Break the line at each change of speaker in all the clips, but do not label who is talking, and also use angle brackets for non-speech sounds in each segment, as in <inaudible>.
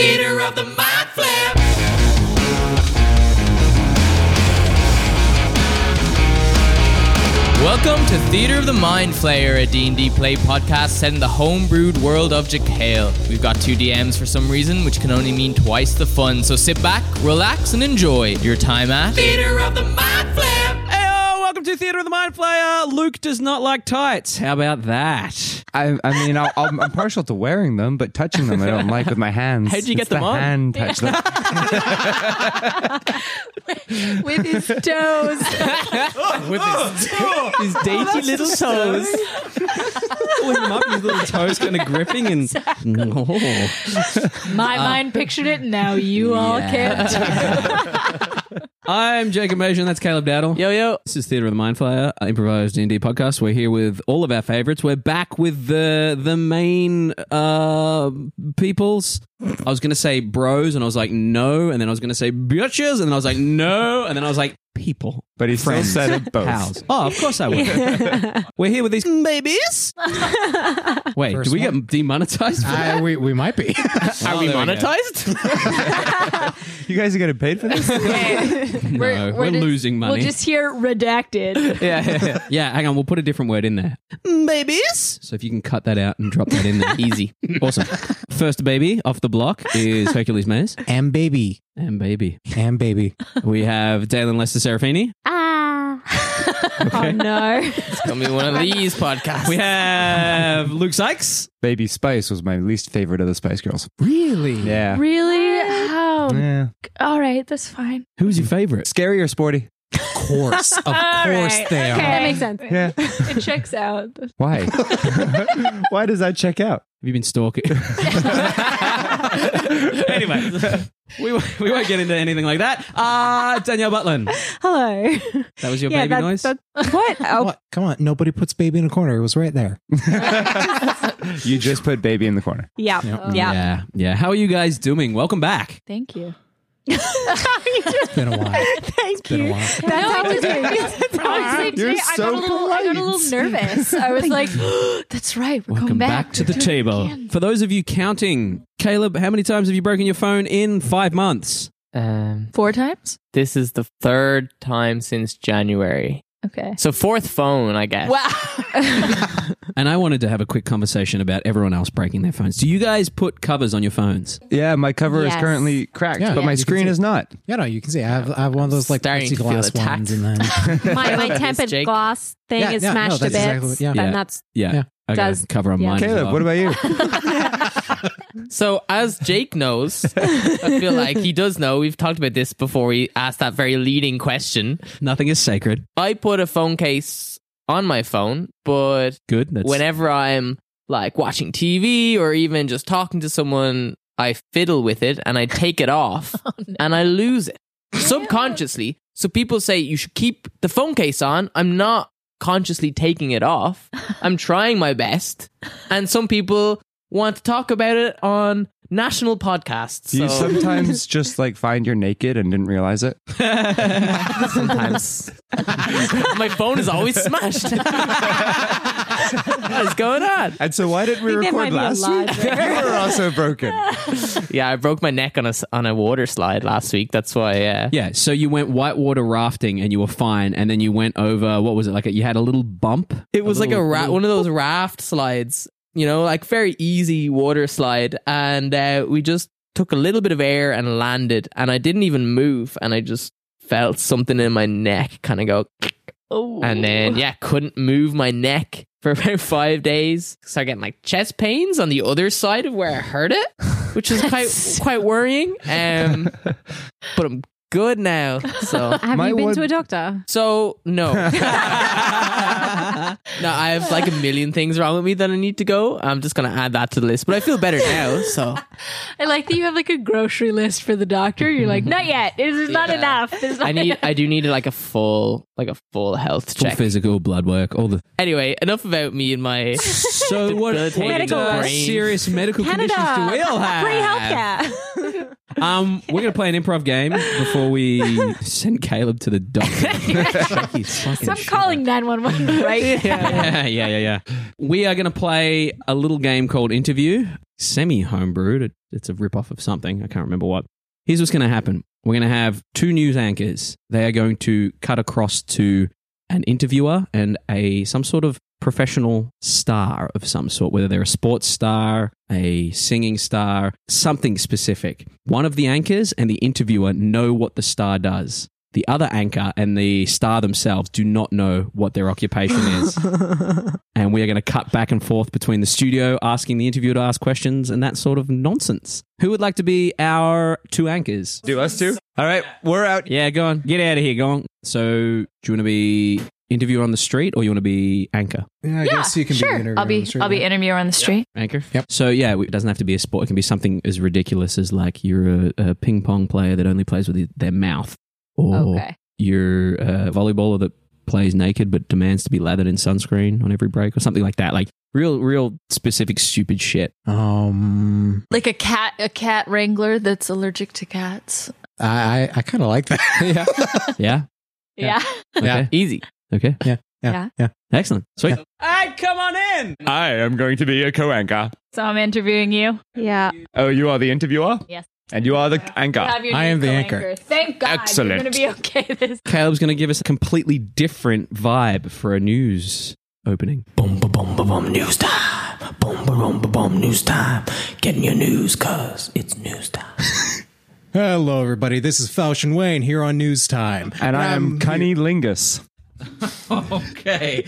of the mind flare.
Welcome to Theatre of the Mind Flayer, a D&D play podcast set in the homebrewed world of Jekyll. We've got two DMs for some reason, which can only mean twice the fun. So sit back, relax, and enjoy your time at...
Theater of the mind flare.
Hey, welcome to Theatre of the Mind Player. Luke does not like tights. How about that?
I, I mean, I'll, I'm, I'm partial to wearing them, but touching them I don't like with my hands.
How'd you get
It's
them
the
on?
Hand touch that-
with
<laughs>
his toes.
With
<laughs>
his, his dainty little toes.
Pulling him up, his little toes kind of gripping and. <laughs> Oh. No.
<laughs> My mind pictured it, now you all can't.
I'm Jacob Major, and that's Caleb Dowdle.
Yo, yo.
This is Theatre of the Mind Flayer, an improvised indie podcast. We're here with all of our favourites. We're back with the the main uh, peoples. I was going to say bros, and I was like, no. And then I was going to say bitches, and then I was like, no. And then I was like, people.
but he still said it both.
Pals. Oh, of course I
<laughs>
would. We're here with these babies. Wait, do we get demonetized?
<laughs>
For that?
Uh, we, we might be.
Are we <laughs> monetized?
You guys are getting paid for
<laughs>
this?
we're,
No, we're losing money.
We'll just hear redacted.
yeah, yeah, yeah. <laughs> yeah, hang on. We'll put a different word in there. Babies. So if you can cut that out and drop that in
<laughs>
there, easy. Awesome. First baby off the block is Hercules Mays.
and baby.
And baby.
And baby.
We have Dalen Lester Serafini.
ah. Oh no.
Tell me one of these
<laughs>
podcasts.
We have Luke Sykes.
Baby Spice was my least favorite of the Spice Girls.
Really?
Yeah.
really? Oh.
Yeah.
All right, that's fine.
Who was your favorite?
Scary or sporty?
Of
<laughs>
course. Of course they
Okay,
are.
that makes sense.
Yeah.
<laughs> It checks out.
Why?
<laughs>
<laughs> Why does that check out?
Have you been
<laughs>
stalking? anyway, we, won't- we won't get into anything like that. Uh, Danielle Butlin.
<laughs> Hello.
That was your baby
that's,
noise?
<laughs>
that's- what? Oh,
What? Come on. Nobody puts baby in a corner. It was right there.
You just put baby in the corner.
yeah,
Yep.
yeah.
yeah. Yeah. How are you guys doing? Welcome back.
Thank you.
It's been a
<laughs>
while.
Thank
been a
you.
while.
That's how
I
we do.
just-
it.
Honestly,
You're
today I,
so
got a little, I got a
polite.
little nervous. I was like, <gasps> that's right. We're
Welcome
going
back,
back
to the
We're doing it
table.
again.
For those of you counting, Caleb, how many times have you broken your phone in five months?
Um,
Four times?
this is the third time since January.
Okay.
So fourth phone, I guess.
Wow.
And I wanted to have a quick conversation about everyone else breaking their phones. Do you guys put covers on your phones?
Yeah, my cover is
Yes.
currently cracked,
Yeah.
but my
You can
screen
see
is not.
Yeah, no, you can see. I have, I have one of those like
Starting to feel
plexiglass
attacked.
<laughs>
ones. And then,
My,
<laughs>
my
This,
tempered
Jake.
glass thing
Yeah,
is
yeah, no,
smashed to
that's
bits.
exactly what- yeah.
And
Yeah.
that's
Yeah.
Yeah.
I got
Does-
a cover on
yeah.
mine. as
Caleb,
well.
what about you?
So as Jake knows, I feel like he does know. We've talked about this before. We asked that very leading question.
Nothing is sacred.
I put a phone case on my phone, but
Good. That's
whenever I'm like watching TV or even just talking to someone, I fiddle with it and I
<laughs>
take it off
Oh,
and I lose it subconsciously. So people say you should keep the phone case on. I'm not consciously taking
<laughs>
it off. I'm trying my best. And some people want to talk about it on national podcasts.
Do you
So <laughs>
sometimes just like find you're naked and didn't realize it?
sometimes my phone is always
<laughs>
smashed. what is going on?
And so why didn't we
I think there
record
might be
last
a
week?
lot
<laughs> You
there.
were also broken.
Yeah, I broke my neck on a s- on a water slide last week. That's why. Yeah.
Yeah, so you went whitewater rafting and you were fine, and then you went over. What was it like? You had a little bump.
It was like a
little-
ra- one of those raft slides, you know, like very easy water slide, and uh, we just took a little bit of air and landed, and I didn't even move, and I just felt something in my neck kind of go,
oh.
and then yeah, couldn't move my neck for about five days. So I get like chest pains on the other side of where I hurt it, which is quite quite worrying. Um, but I'm good
<laughs>
now, <laughs> so.
Have
My
you been
one-
to a doctor?
So no. no,
<laughs>
I have like a million things wrong with me that I need to go. I'm just gonna add that to the list. But I feel better now, so
I like that you have like a grocery list for the doctor. You're
Mm-hmm.
like, not yet. It is not
Yeah.
enough. It is not
I need I do need like a full like a full health
Full
check.
physical blood work, all the.
Anyway, enough about me and my <laughs>
So what?
Debilitating
what
Medical
uh,
brain.
serious medical conditions do we all have?
Free healthcare.
Um, we're gonna play an improv game before we send Caleb to the doctor. Check his fucking
I'm
shit.
calling
<laughs>
911 right
<laughs> yeah, yeah, yeah, yeah. We are gonna play a little game called Interview. semi homebrewed. It, it's a rip off of something. I can't remember what. Here's what's going to happen we're going to have two news anchors. They are going to cut across to an interviewer and a some sort of professional star of some sort whether they're a sports star a singing star something specific one of the anchors and the interviewer know what the star does the other anchor and the star themselves do not know what their
<laughs>
occupation is and we are going to cut back and forth between the studio asking the interviewer to ask questions and that sort of nonsense who would like to be our two anchors
Do us two? All right, we're out.
yeah, go on. Get out of here, go on. So, do you want to be interviewer on the street or you want to be anchor?
Yeah, I guess you can
sure.
be interviewed.
I'll be I'll be interviewer on the street.
Anchor?
Yep.
So, yeah, it doesn't have to be a sport. It can be something as ridiculous as like you're a, a ping pong player that only plays with their mouth, or
Okay.
you're a volleyballer uh, that plays naked but demands to be lathered in sunscreen on every break or something like that. Like, real, real specific, stupid shit.
Um,
Like a cat a cat wrangler that's allergic to cats.
I I, I kind of like that. yeah.
<laughs> Yeah?
Yeah.
Okay.
<laughs> Yeah.
Easy.
Okay.
yeah, yeah,
Excellent. Sweet.
I am going to be a co-anchor.
So I'm interviewing you.
yeah.
Oh, you are the interviewer.
Yes.
And you are the anchor.
Have your
I
new
am the anchor.
co-anchor. Thank God.
Excellent.
You're gonna be okay this
Caleb's going to give us a completely different vibe for a news opening.
Boom, ba boom, ba boom, news time. Boom, ba boom, ba boom, news time. Getting your news, cuz it's news time.
Hello, everybody. This is Falchion Wayne here on News Time,
And I am Cunny Lingus.
Okay.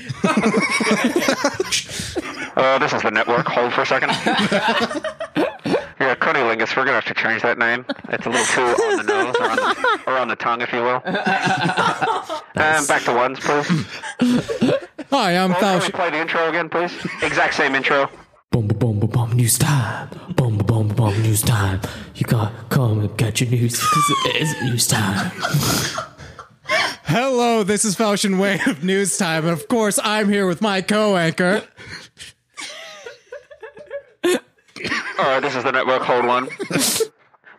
Uh, this is the network. Hold for a second. yeah, Cunnilingus, we're going to have to change that name. It's a little too on the nose or on the, or on the tongue, if you will. And back to ones, please.
Hi, I'm
Can we
Falchion.
play the intro again, please? Exact same intro.
Boom, ba boom, ba boom, news time. Boom, ba boom, ba boom, news time. You gotta come and get your news, cuz it is news time.
Hello, this is Falchion Wayne of News Time, and of course, I'm here with my co-anchor.
All right, this is the network. Hold
<laughs>
one.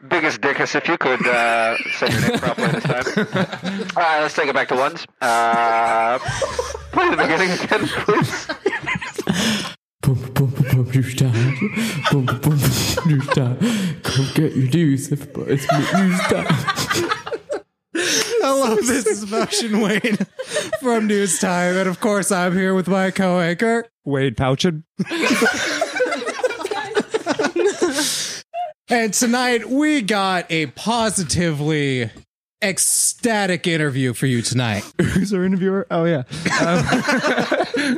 Biggest dickus, if you could uh, say your name properly this time.
<laughs>
All right, let's take it back to ones. Uh, play the beginning again, please.
Boom, ba boom, ba boom, news time. Boom, ba boom, ba boom, news time. Come get your news, everybody. It's news time.
Hello, <laughs> this is Falchion Wayne from News Time, and of course, I'm here with my co-anchor.
Wade Pouchin.
<laughs> And tonight we got a positively ecstatic interview for you tonight.
Who's our interviewer? Oh,
<laughs>
yeah.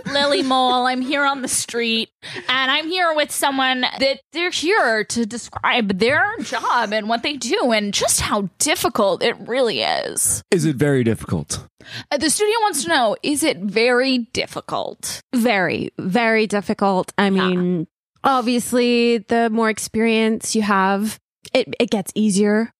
<laughs> Lily Mole. I'm here on the street, and I'm here with someone that they're here to describe their job and what they do, and just how difficult it really is.
Is it very difficult?
Uh, The studio wants to know: Is it very difficult?
Very, very difficult. I mean, obviously, the more experience you have, it, it gets easier,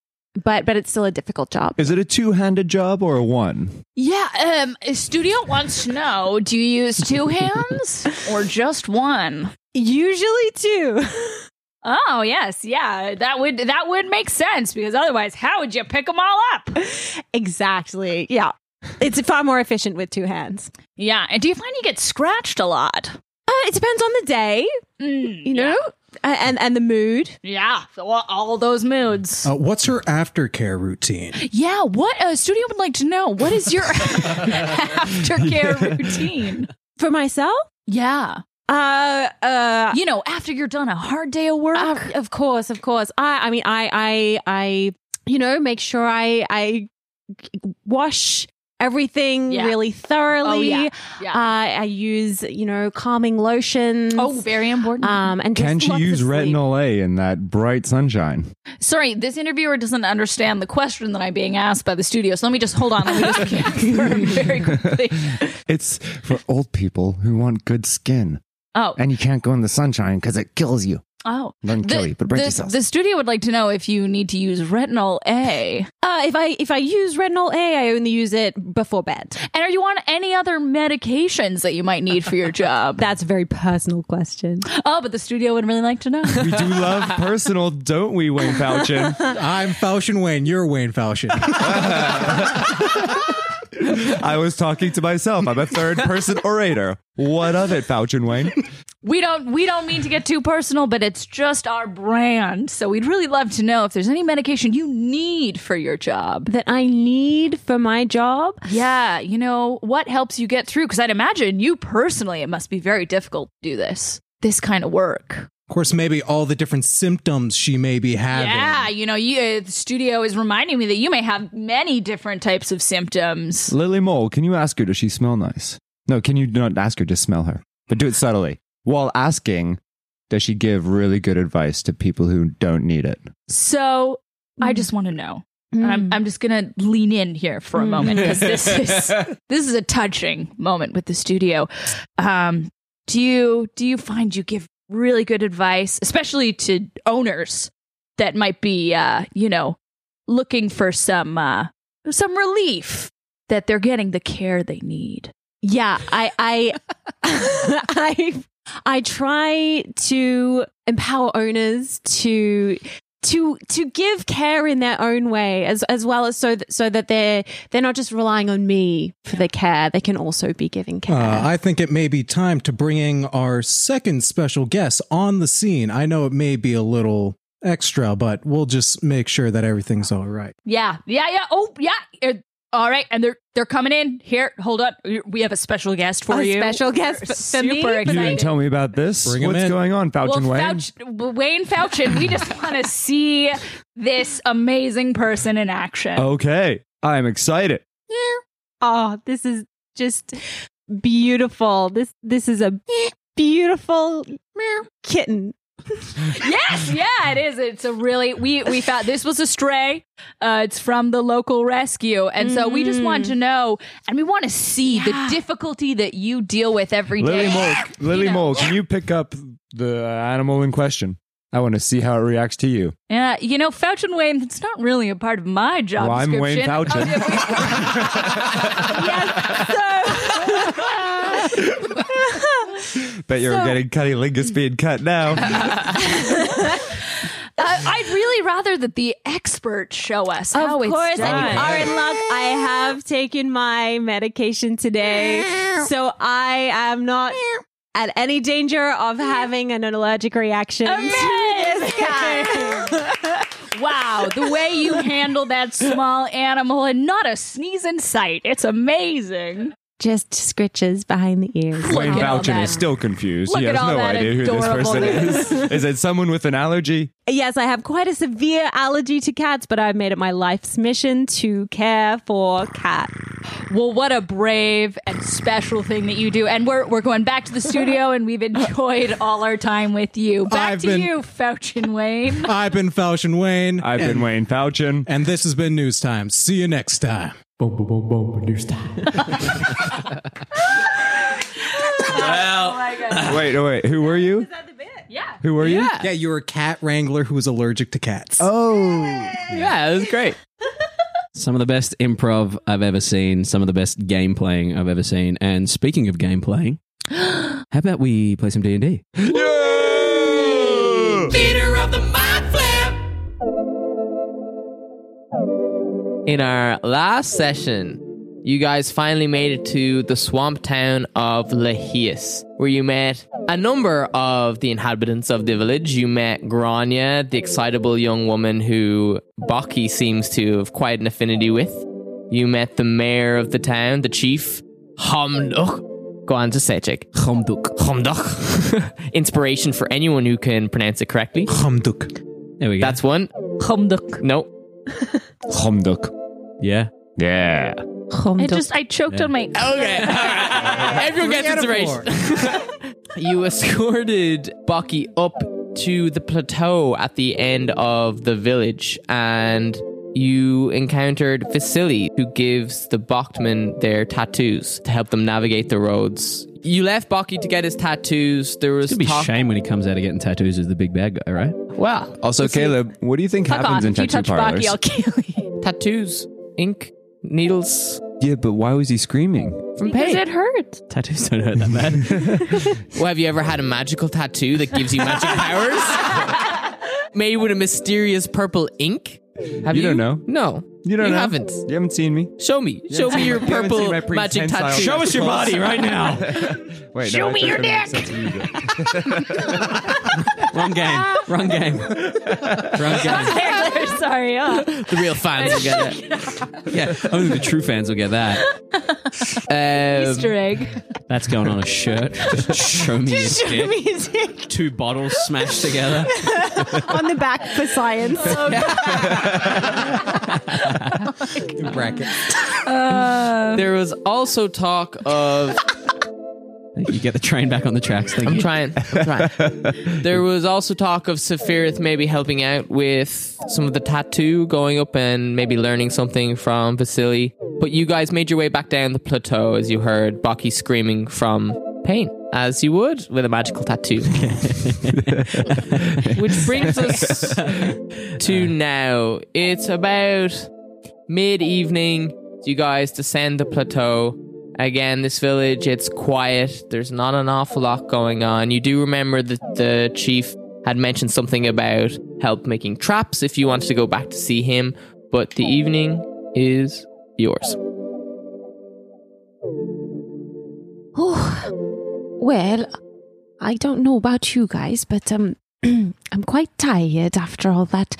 but but it's still a difficult job.
Is it a two-handed job or a one?
Yeah. Um. a Studio wants to know: Do you use two hands or just one?
Usually, too.
Oh yes, yeah. That would that would make sense because otherwise, how would you pick them all up?
exactly. Yeah. <laughs> It's far more efficient with two hands.
Yeah. And do you find you get scratched a lot?
Uh, it depends on the day,
Mm,
you know, uh, and and the mood.
Yeah, so all- all those moods.
Uh, what's her aftercare routine?
Yeah, what uh, studio would like to know? What is your aftercare routine?
For myself,
Yeah,
uh, uh,
you know, after you're done a hard day of work.
Uh, of course, of course. I, I mean, I, I, I, you know, make sure I, I wash everything
Yeah. Oh,
really thoroughly.
yeah.
Uh, I use, you know, calming lotions.
oh, very important.
um, and just
Can she
lots of
use
sleep.
retinol A in that bright sunshine?
Sorry, this interviewer doesn't understand the question that I'm being asked by the studio. So let me just hold on. Let me just peek for him very quickly.
It's for old people who want good skin.
Oh,
And you can't go in the sunshine because it kills you.
oh.
Doesn't kill you, but burns your
the,
cells.
the studio would like to know if you need to use retinol A.
Uh, if I if I use retinol A, I only use it before bed.
And are you on any other medications that you might need for your job?
<laughs> That's a very personal question.
oh, but the studio would really like to know.
we do love personal, don't we, Wayne Pouchin?
<laughs> I'm Falchion Wayne. You're Wayne Falchion.
I was talking to myself. I'm a third person orator. What of it, Pouchin Wayne?
we don't we don't mean to get too personal, but it's just our brand. So we'd really love to know if there's any medication you need for your job.
that I need for my job.
Yeah, you know, what helps you get through? Because I'd imagine you personally, it must be very difficult to do this. <laughs> This kind of work.
Of course, maybe all the different symptoms she may be having.
Yeah, you know, you, uh, the studio is reminding me that you may have many different types of symptoms.
Lily Mole, can you ask her, does she smell nice? No, can you not ask her, just smell her? But do it subtly. While asking, does she give really good advice to people who don't need it?
So I just want to know. And I'm, I'm just gonna lean in here for a moment because this is this is a touching moment with the studio. Um, do you do you find you give really good advice, especially to owners that might be uh, you know looking for some uh, some relief that they're getting the care they need?
Yeah, I I <laughs> I I try to empower owners to to to give care in their own way as as well as so that so that they're they're not just relying on me for the care. They can also be giving care.
Uh, I think it may be time to bring in our second special guest on the scene. I know it may be a little extra, but we'll just make sure that everything's all right.
Yeah, yeah, yeah. Oh, yeah. Uh, All right, and they're they're coming in here. Hold on, we have a special guest for
A
you.
special guest
We're
f- for me?
Super
You
You didn't
excited.
tell me about this.
Bring 'em
What's
in.
going on, Falcon
well,
Wayne?
Fauci- w- Wayne Fauchin, we just
<laughs>
want to see this amazing person in action.
Oh. okay, I'm excited.
oh, this is just beautiful. This this is a beautiful kitten.
Yes, yeah, it is. It's a really we we found this was a stray. Uh, it's from the local rescue, and so we just want
Mm.
to know, and we want to see the difficulty that you deal with every day.
Lily Mole, Lily Mole, can you pick up the uh, animal in question? I want to see how it reacts to you.
Yeah, Uh, you know, Fauchin Wayne, it's not really a part of my job
Well, I'm Wayne
description.
Fauchin.
yes, so-
<laughs> Bet you're
<laughs>
getting cutty lingus being cut now.
I- I'd really rather that the E experts show us
Of
how it's
course,
done.
and you are in luck. I have taken my medication today, so I am not at any danger of having an allergic reaction. to
<laughs>
this cat.
wow, the way you handle that small animal and not a sneeze in sight. It's amazing.
Just scritches behind the ears.
Wayne
at all
Bouchin
that.
is still confused.
Look
he
at
has
all
no
that
idea who this person is.
<laughs>
<laughs>
adorableness.
Is it someone with an allergy?
Yes, I have quite a severe allergy to cats, but I've made it my life's mission to care for cats.
Well, what a brave and special thing that you do. And we're, we're going back to
<laughs>
the studio and we've enjoyed all our time with you. Back
I've
to
been-
you, Fauchin Wayne.
I've been Falchion Wayne,
I've been Wayne Fauchin.
and this has been News Time. See you next time.
Boom, boom, boom, boom, new style.
<laughs> Wait, oh wait, who were you?
Yeah.
Who were you?
Yeah, you're a cat wrangler who is allergic to cats.
Oh,
Yeah, it was great.
Some of the best improv I've ever seen, some of the best game playing I've ever seen. And speaking of game playing, how about we play some D&D?
In our last session, you guys finally made it to the swamp town of Lahias, where you met a number of the inhabitants of the village. You met Grania, the excitable young woman who Baki seems to have quite an affinity with. You met the mayor of the town, the chief, Hamduk. Go on to Sechik.
Chomduk.
Hamduk. <laughs> Inspiration for anyone who can pronounce it correctly.
Hamduk.
There we go.
That's one.
Chumduk.
No.
Chomduk.
yeah.
Yeah.
I just, I choked on my. <laughs>
Everyone gets
out of
inspiration. you escorted Bucky up to the plateau at the end of the village and you encountered Vasily, who gives the Bachman their tattoos to help them navigate the roads. You left Bucky to get his tattoos. There
It's
was
going to be
talk-
shame when he comes out of getting tattoos as the big bad guy, right?
Well,
Also, Caleb, what do you think
Fuck
happens
off.
in
If you
tattoo
touch
parlors?
Baki, I'll kill you.
<laughs> tattoos, ink, needles
yeah, but why was he screaming?
from
Because
pain.
it
<laughs>
hurt.
Tattoos don't hurt that bad.
Well, have you ever had a
<laughs>
magical tattoo that gives you magic powers? Made with a mysterious purple ink? Have
You
you,
don't know.
No,
<laughs> You don't
You
know.
haven't.
You haven't seen me.
show me. Show me your
You haven't seen
purple
my pre-
magic
tensile
tattoo.
<laughs> Show us your body
right <laughs> now.
Wait,
Show me your dick.
Wrong game. Wrong game. Wrong game.
<laughs> Sorry. Oh.
the real fans will get it.
Yeah, only the true fans will get that.
<laughs>
Um,
Easter egg.
That's going on a shirt. Just show me your
Show
stick.
me
<laughs>
his dick
Two bottles smashed together.
on the back for science.
<laughs> Bracket.
Uh, there was also talk of.
You get the train back on the tracks. Thank
I'm
you.
trying. I'm trying.
<laughs>
there was also talk of Sephiroth maybe helping out with some of the tattoo, going up and maybe learning something from Vasily. But you guys made your way back down the plateau as you heard Baki screaming from pain, as you would with a magical tattoo. Which brings us <laughs> to now. It's about mid evening. You guys descend the plateau. Again, this village, it's quiet. There's not an awful lot going on. You do remember that the chief had mentioned something about help making traps if you wanted to go back to see him, but the evening is yours.
Oh, well, I don't know about you guys, but um, <clears throat> I'm quite tired after all that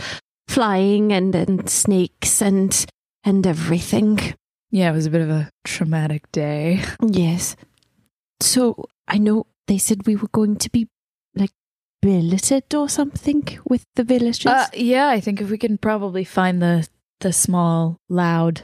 flying and, and snakes and and everything.
Yeah, it was a bit of a traumatic day.
Yes. So I know they said we were going to be like billeted or something with the villagers.
Uh, yeah, I think if we can probably find the the small loud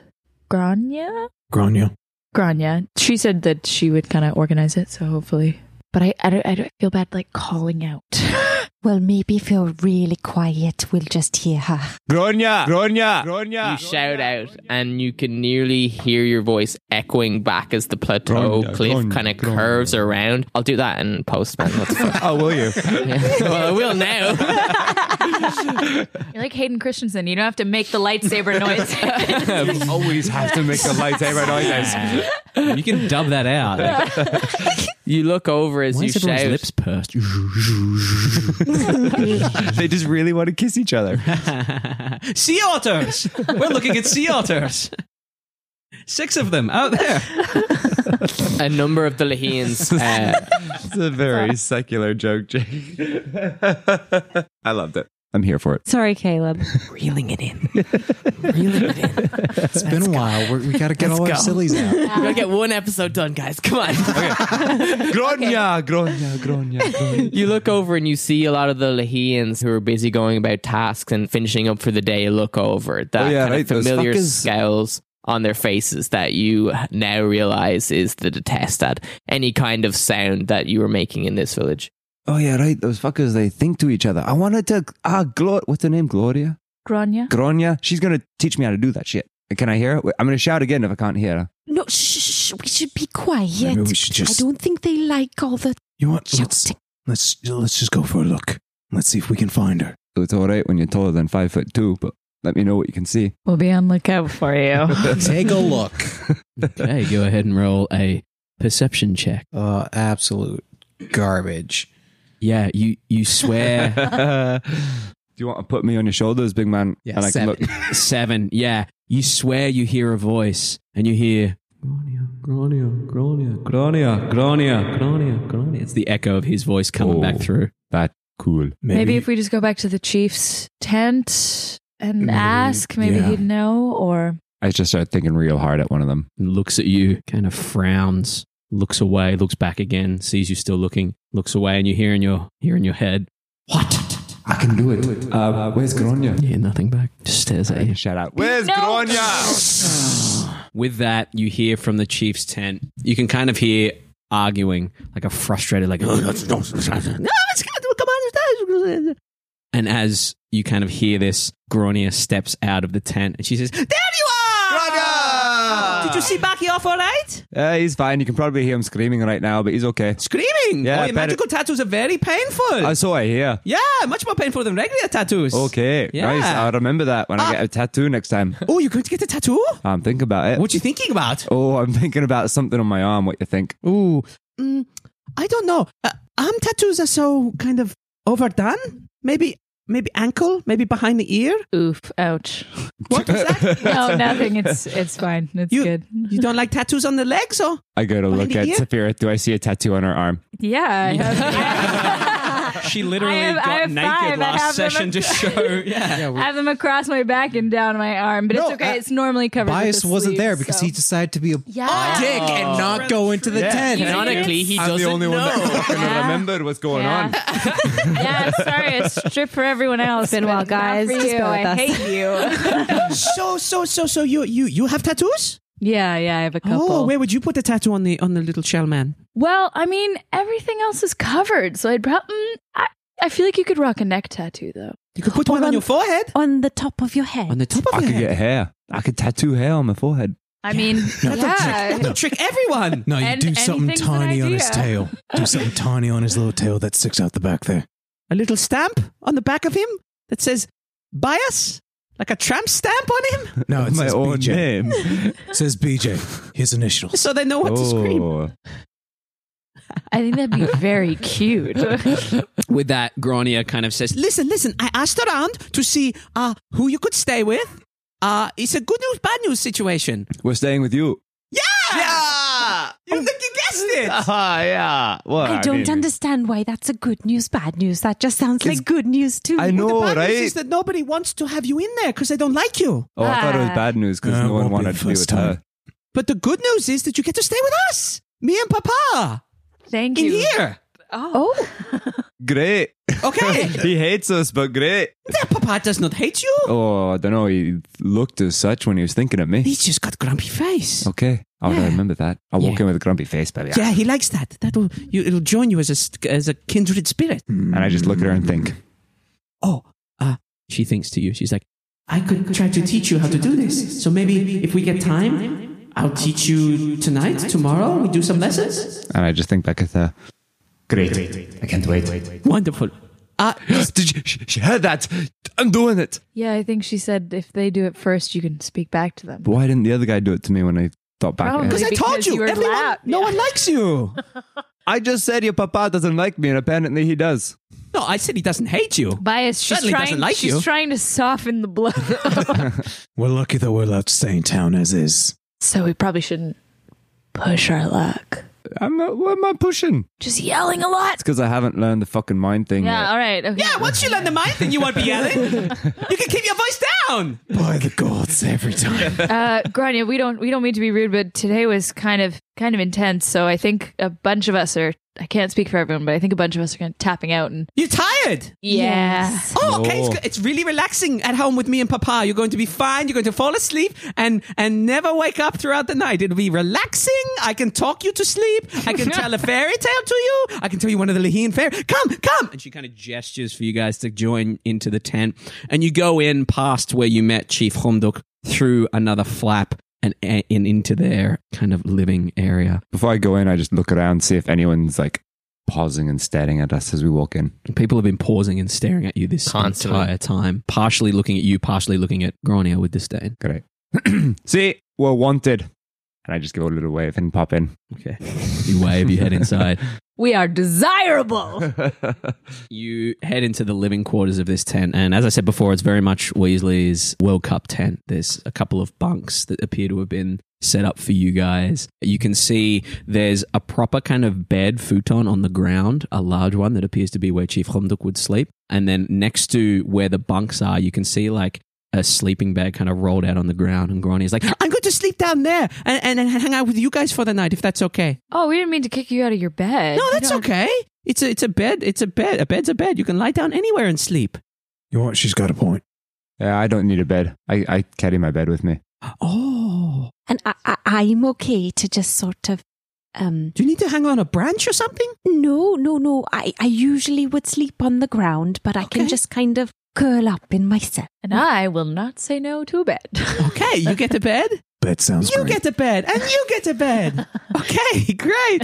Grania.
Grania.
Grania. She said that she would kind of organize it, so hopefully. But I I don't, I don't feel bad like calling out. <laughs>
Well, maybe if you're really quiet, we'll just hear her.
Gronya, Gronya, Gronya.
You shout out, and you can nearly hear your voice echoing back as the plateau
Grania,
cliff
Grania,
kind of
Grania.
curves around. I'll do that in post, man. What the fuck?
Oh, will
<laughs>
you?
well, I will now.
You're like Hayden Christensen. You don't have to make the lightsaber noise.
Always have to make the lightsaber noises.
You can dub that out.
<laughs> You look over as
Why
you
is everyone's
shout.
lips pursed? <laughs>
they just really want to kiss each other.
<laughs> sea otters. <laughs> We're looking at <laughs> sea otters. <laughs> Six of them out there.
A number of the Lahians uh,
<laughs> It's a very secular joke, Jake. <laughs> I loved it. I'm here for it.
Sorry, Caleb.
<laughs> reeling it in. reeling it in. We
It's been a
Oh,
while. We're, we got to get all our
go.
sillies
<laughs>
out.
gotta get one episode done, guys. Come on. <laughs>
Gronya, Gronya, Gronya, Gronya.
You look over and you see a lot of the Lahians who are busy going about tasks and finishing up for the day. Look over that
Oh, yeah,
kind
right,
of
those
familiar
fuckers.
scowls on their faces that you now realize is the detest at any kind of sound that you were making in this village.
Oh yeah, right. Those fuckers. They think to each other. I wanted to. Ah, Glo. What's her name? Gloria.
<laughs> Grania.
Gronya. She's gonna teach me how to do that shit. Can I hear her? Wait, I'm gonna shout again if I can't hear her.
No, shh, shh, we should be
Maybe
quiet.
we should just.
I don't think they like all the
You want? Let's,
shouting.
let's let's just go for a look. Let's see if we can find her.
So it's all right when you're taller than five foot two, but let me know what you can see.
We'll be on lookout for you.
<laughs> Take a look.
Okay, go ahead and roll a perception check.
Oh,
Uh, absolute garbage.
Yeah, you you swear
<laughs> Do you want to put me on your shoulders, big man?
Yeah,
and I can
seven.
look.
seven. <laughs> Yeah, you swear you hear a voice and you hear Gronia, Gronia, Gronia, Gronia, Gronia, Gronia, Gronia. It's the echo of his voice coming
Oh.
back through.
That cool.
Maybe, if we just go back to the chief's tent and
Maybe,
ask, maybe
yeah.
he'd know. Or
I just started thinking real hard at one of them.
And looks at you, kind of frowns, looks away, looks back again, sees you still looking, looks away, and you hear in your hear in your head, What?
I can do it. Uh, where's Gronya?
Yeah, nothing back. Just stares at you.
Uh, Shout out. Where's
No.
Gronya? <laughs>
With that, you hear from the chief's tent. You can kind of hear arguing, like a frustrated, like, "Oh, that's- no, it's- no, it's- come on, it's- and as you kind of hear this, Gronia steps out of the tent and she says, There you are!
Gronya!
Did you see Baki off all right?
Uh, he's fine. You can probably hear him screaming right now, but he's okay.
Screaming!
Yeah,
oh,
I
your
bet it-
magical tattoos are very painful.
I saw I hear.
yeah, much more painful than regular tattoos.
Okay,
Yeah.
nice. I'll remember that when
Ah.
I get a tattoo next time.
<laughs>
Ah,
Oh, you're going to get a tattoo?
I'm thinking about it.
What you thinking about?
Oh, I'm thinking about something on my arm. What you think?
Ooh, mm, I don't know. Uh, arm tattoos are so kind of overdone. Maybe maybe ankle, maybe behind the ear.
Oof! Ouch!
What was that?
No, nothing. It's it's fine. It's
You-
good.
You don't like tattoos on the legs, or
I go to look
the
at
ear?
Sapphira. Do I see a tattoo on her arm?
Yeah. I have, <laughs>
she
I have- I have five. I have them ac- <laughs>
show. <laughs> Yeah,
I have them across my back and down my arm, but
No,
it's okay.
I-
it's normally covered.
Bias
with a
wasn't
sleeve,
there because
so.
he decided to be a
Yeah.
dick
Oh.
and not go into the
Yeah.
tent.
Canonically, he
I'm
doesn't
the only
know.
one that fucking
Yeah.
remembered what's going
Yeah.
<laughs>
yeah,
<laughs>
sorry, it's stripped for everyone else.
been a
but
while,
not
guys.
For
Just
you.
bear with
I
us.
hate you.
<laughs> so so so so you you you have tattoos?
yeah, yeah, I have a couple.
Oh, where would you put the tattoo on the on the little shell man?
<laughs> Well, I mean, everything else is covered, so I'd probably. I, I feel like you could rock a neck tattoo though.
You could put one on your forehead,
On the top of your head.
on the top
I
of your
could get
head.
hair. I could tattoo hair on my forehead.
I mean,
<laughs>
yeah.
That'll trick everyone.
No, you
And
do something
anything's an
tiny on his
idea.
tail. Do
<laughs>
something tiny on his little tail that sticks out the back there.
A little stamp on the back of him that says bias, like a tramp stamp on him,
No, it
my
says
own
BJ.
name.
It says BJ. His initials.
so they know what to scream.
Oh.
I think that'd be very cute.
With that, Grania kind of says, <laughs> "Listen, listen. I asked around to see uh, who you could stay with. Uh, it's a good news, bad news situation.
We're staying with you.
Yeah! You think you guessed it? Uh-huh.
Ah, yeah. Well,
I don't
mean,
understand why that's a good news, bad news. That just sounds like good news too.
I know,
the bad
right?
news is that nobody wants to have you in there because they don't like you.
oh, I thought it was
Ah.
bad news because
Uh,
no one
won't be
wanted
the
to be
first
with
time.
her.
But the good news is that you get to stay with us, me and Papa,
Thank
in
you.
here.
Oh,
Great.
<laughs> Okay.
he hates us, but great.
that Papa does not hate you.
Oh, I don't know. He looked as such when he was thinking of me.
He's just got grumpy face.
Okay. I'll
Yeah.
remember that. I'll walk
Yeah.
in with a grumpy face, baby.
Yeah, he likes that. That will you, it'll join you as a st- as a kindred spirit.
And I just look at her and think,
Oh, uh, she thinks to you. She's like, I could try to teach you how to do this. So maybe if we get time, I'll teach you tonight, tomorrow. We do some lessons.
and I just think back at her. Great. I can't wait.
Wonderful. Uh,
<gasps> Did you, she, she heard that. I'm doing it.
yeah. I think she said if they do it first, you can speak back to them.
But why didn't the other guy do it to me when I thought back at
Probably
him?
I told
Because you
you,
were
everyone,
loud.
no
Yeah.
one likes you.
<laughs> I just said your papa doesn't like me, and apparently he does.
no, I said he doesn't hate you.
Bias. She's
Certainly doesn't
trying.
like
she's
you.
trying to soften the blow.
We're lucky that we're allowed to stay in town as <laughs> is.
<laughs> so we probably shouldn't push our luck.
I'm not, what am I pushing?
Just yelling a lot.
It's because I haven't learned the fucking mind thing
<laughs>
Yeah.
yet.
All right. Okay.
Yeah, once you learn the mind thing, you won't <laughs> be yelling. You can keep your voice down.
By the gods, every time.
<laughs> uh, Grania, we don't we don't mean to be rude, but today was kind of kind of intense. So I think a bunch of us are. I can't speak for everyone, but I think a bunch of us are kind of tapping out and
You're tired.
yeah.
Oh, okay. It's,
No.
good. it's really relaxing at home with me and Papa. You're going to be fine. You're going to fall asleep and and never wake up throughout the night. It'll be relaxing. I can talk you to sleep. I can tell a fairy tale to you. I can tell you one of the Laheen fair. Come, come. And she kind of gestures for you guys to join into the tent, and you go in past where you met Chief Homduk through another flap and in into their kind of living area.
Before I go in, I just look around, see if anyone's like pausing and staring at us as we walk in. <clears throat>
People have been pausing and staring at you this
Constantly.
entire time, partially looking at you, partially looking at Grania with disdain.
Great. see, we're wanted. And I just give a little wave and <laughs> pop in.
Okay. <laughs> You wave, you head inside.
We are
<laughs>
desirable.
You head into the living quarters of this tent. And as I said before, it's very much Weasley's World Cup tent. There's a couple of bunks that appear to have been set up for you guys. You can see there's a proper kind of bed futon on the ground, a large one that appears to be where Chief Homduk would sleep. And then next to where the bunks are, you can see like a sleeping bag kind of rolled out on the ground. And Grani is like, I'm going to sleep down there and, and, and hang out with you guys for the night if that's okay.
oh, we didn't mean to kick you out of your bed.
No,
We
that's
don't-
okay. It's a it's a bed. It's a bed. A bed's a bed. You can lie down anywhere and sleep.
You know what? She's got a point.
Yeah, I don't need a bed. I, I carry my bed with me.
Oh,
And I, I, I'm okay to just sort of. Um,
do you need to hang on a branch or something?
no, no, no. I, I usually would sleep on the ground, but I can
Okay.
just kind of curl up in myself.
And I will not say no to a bed.
Okay,
<laughs>
you get a bed.
Bed sounds
you
great.
get a bed, and you get a bed.
<laughs>
Okay, great.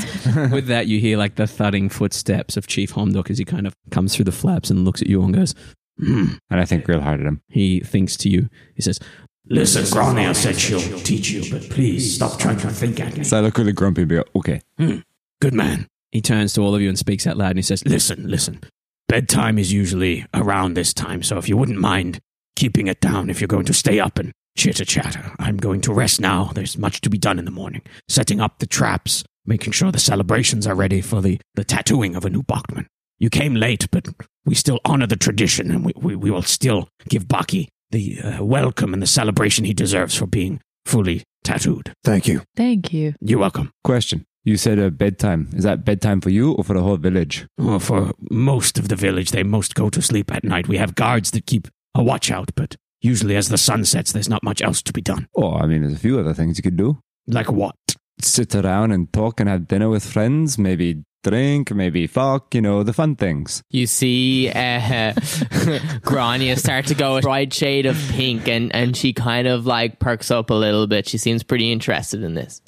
With that, you hear like the thudding footsteps of Chief Homdok as he kind of comes through the flaps and looks at you and goes. Hmm.
And I think real hard at him.
He thinks to you. He says,
Listen, Grania said she'll teach you, but please stop trying to think at me.
So I look really grumpy and be like, okay.
Hmm, Good man.
He turns to all of you and speaks out loud, and he says,
Listen, listen. Bedtime is usually around this time, so if you wouldn't mind keeping it down if you're going to stay up and chitter chatter, I'm going to rest now. There's much to be done in the morning. Setting up the traps, making sure the celebrations are ready for the, the tattooing of a new Bachman. You came late, but we still honor the tradition and we, we, we will still give Baki the uh, welcome and the celebration he deserves for being fully tattooed.
Thank you.
Thank you.
You're welcome.
Question. You said uh, bedtime. Is that bedtime for you or for the whole village?
Well, for most of the village, they most go to sleep at night. We have guards that keep a watch out, but usually as the sun sets, there's not much else to be done.
Oh, I mean, there's a few other things you could do.
Like what?
Sit around and talk and have dinner with friends, maybe drink, maybe fuck, you know, the fun things.
You see uh, <laughs> Grania start to go a bright shade of pink, and, and she kind of like perks up a little bit. She seems pretty interested in this.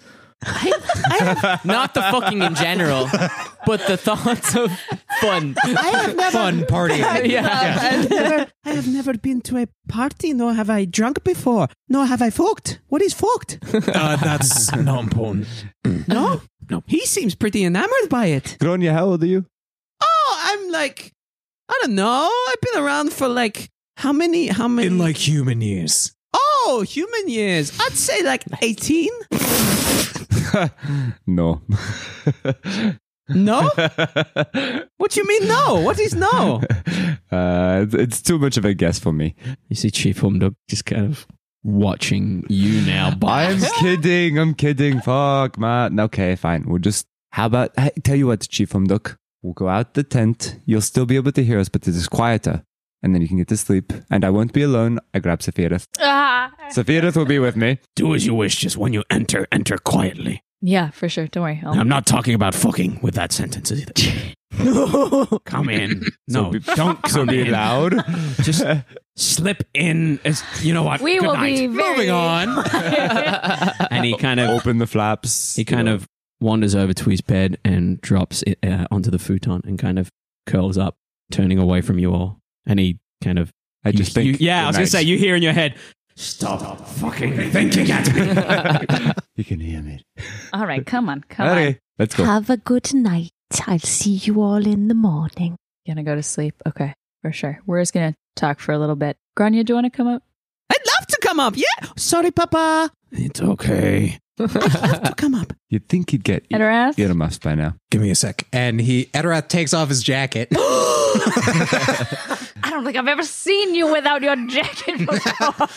Not the fucking <laughs> in general, but the thoughts of fun.
Fun party.
Yeah.
I, have never, I have never been to a party, nor have I drunk before, nor have I fucked. What is fucked?
Uh, that's not important.
<clears throat>
No? No. He seems pretty enamored by it.
Gronya, how old are you?
Oh, I'm like, I don't know. I've been around for like, how many, how many?
In like human years.
oh, human years. I'd say like 18.
No. <laughs>
No? What you mean no? What is no?
Uh, it's- it's too much of a guess for me.
You see <laughs> Chief Humdog just kind of watching you now.
<laughs> I'm kidding. I'm kidding. Fuck, man. Okay, fine. We'll just. How about? I tell you what, Chief Umduk. We'll go out the tent. You'll still be able to hear us, but it is quieter, and then you can get to sleep. And I won't be alone. I grab Sephiroth.
Ah.
Sephiroth will be with me.
Do as you wish, just when you enter, enter quietly.
Yeah, for sure. Don't worry.
And I'm not talking about fucking with that sentence either.
<laughs>
come in. No,
be-
don't come
<laughs> so be
in.
loud. <laughs>
Just slip in. As, you know what?
We
Good
will
night.
be very
Moving on.
and he kind of
open the flaps.
He kind of wanders over to his bed and drops it uh, onto the futon and kind of curls up, turning away from you all. And he kind of.
I
you-
just think
you- yeah, I was
good
going to say
night.
you hear in your head.
Stop fucking thinking at me.
<laughs>
<laughs>
You can hear me.
<laughs> All right, come on, come on.
Okay, let's go.
Have a good night. I'll see you all in the morning.
Gonna go to sleep. Okay, for sure. We're just gonna talk for a little bit. Grania, do you want to come up?
I'd love to come up. Yeah. Sorry, Papa.
<laughs>
It's okay.
To come up.
You'd think he'd get
At her ass?
earmuffs by now.
Give me a sec. And he Edorath takes off his jacket.
I don't think I've ever seen you without your jacket before.